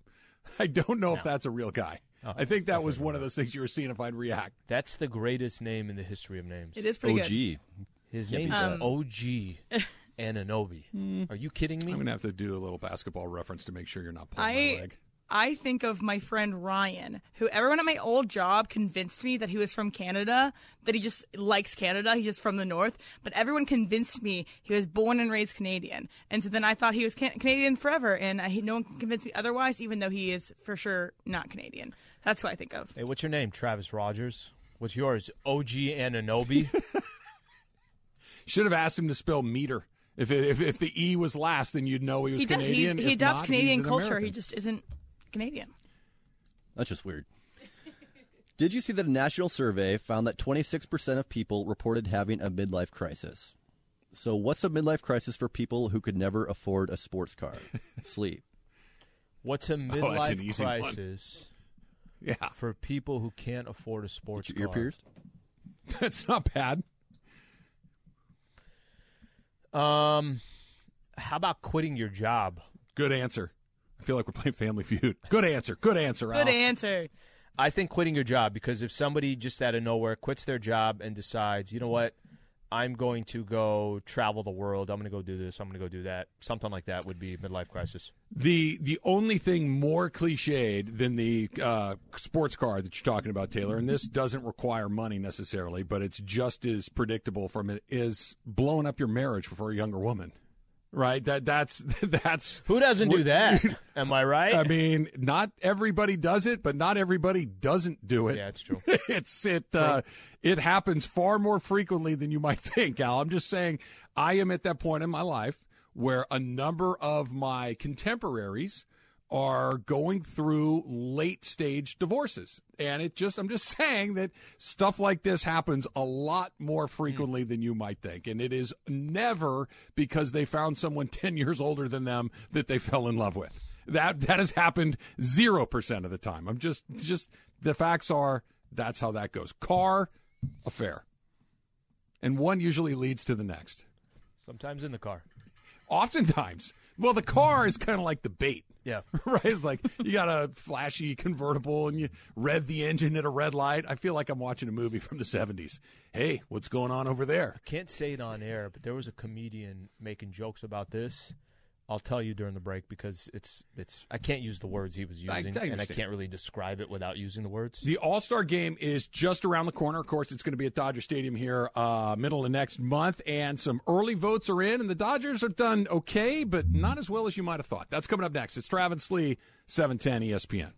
Speaker 2: I don't know if that's a real guy.
Speaker 3: Oh,
Speaker 2: I think that was one of those things you were seeing if I'd react.
Speaker 3: That's the greatest name in the history of names.
Speaker 4: It is Um, pretty
Speaker 2: Oh,
Speaker 7: OG.
Speaker 4: good.
Speaker 3: His name is OG Ananobi.
Speaker 4: Hmm.
Speaker 3: Are you kidding me?
Speaker 2: I'm gonna have to do a little basketball reference to make sure you're not pulling my
Speaker 4: I
Speaker 2: leg.
Speaker 4: I think of my friend Ryan, who everyone at my old job convinced me that he was from Canada, that he just likes Canada, he's just from the north. But everyone convinced me he was born and raised Canadian, and so then I thought he was can- Canadian forever, and I, he- no one can convince me otherwise, even though he is for sure not Canadian. That's what I think of.
Speaker 3: hey, what's your name? Travis Rogers. What's yours? OG Ananobi.
Speaker 2: Should have asked him to spell meter. If, it, if if the E was last, then you'd know he was
Speaker 4: He does.
Speaker 2: Canadian.
Speaker 4: he he
Speaker 2: If
Speaker 4: adopts
Speaker 2: not,
Speaker 4: Canadian
Speaker 2: he's an
Speaker 4: culture. He
Speaker 2: American.
Speaker 4: just isn't Canadian.
Speaker 7: That's just weird. Did you see that a national survey found that 26% of people reported having a midlife crisis? So, what's a midlife crisis for people who could never afford a sports car? Sleep.
Speaker 3: What's a
Speaker 2: Oh, that's an
Speaker 3: midlife
Speaker 2: easy one.
Speaker 3: crisis
Speaker 2: yeah,
Speaker 3: for people who can't afford a sports
Speaker 7: Get your
Speaker 3: car?
Speaker 7: ear pierced?
Speaker 2: that's not bad.
Speaker 3: Um, how about quitting your job?
Speaker 2: Good answer. I feel like we're playing Family Feud. Good answer. Good answer. Al.
Speaker 4: Good answer.
Speaker 3: I think quitting your job because if somebody just out of nowhere quits their job and decides, you know what, I'm going to go travel the world, I'm going to go do this, I'm going to go do that, something like that would be midlife crisis.
Speaker 2: The the only thing more cliched than the uh, sports car that you're talking about, Taylor, and this doesn't require money necessarily, but it's just as predictable from it is blowing up your marriage for a younger woman, right? That that's that's
Speaker 3: Who doesn't do that? Am I right?
Speaker 2: I mean, not everybody does it, but not everybody doesn't do it.
Speaker 3: yeah, it's true.
Speaker 2: it's it uh, it happens far more frequently than you might think, Al. I'm just saying I am at that point in my life where a number of my contemporaries are going through late stage divorces. And it just I'm just saying that stuff like this happens a lot more frequently than you might think. And it is never because they found someone 10 years older than them that they fell in love with. That that has happened 0% of the time. I'm just just the facts are that's how that goes. Car affair. And one usually leads to the next.
Speaker 3: Sometimes in the car.
Speaker 2: Oftentimes. Well, the car is kind of like the bait.
Speaker 3: Yeah.
Speaker 2: right? It's like you got a flashy convertible and you rev the engine at a red light. I feel like I'm watching a movie from the 70s. Hey, what's going on over there?
Speaker 3: Can't say it on air, but there was a comedian making jokes about this. I'll tell you during the break because it's it's I can't use the words he was
Speaker 2: I- I
Speaker 3: using and I
Speaker 2: understand.
Speaker 3: can't really describe it without using the words.
Speaker 2: The All Star game is just around the corner. Of course, it's going to be at Dodger Stadium here uh, middle of next month, and some early votes are in, and the Dodgers have done E okay, but not as well as you might have thought. That's coming up next. It's Travis Lee, 710 ESPN.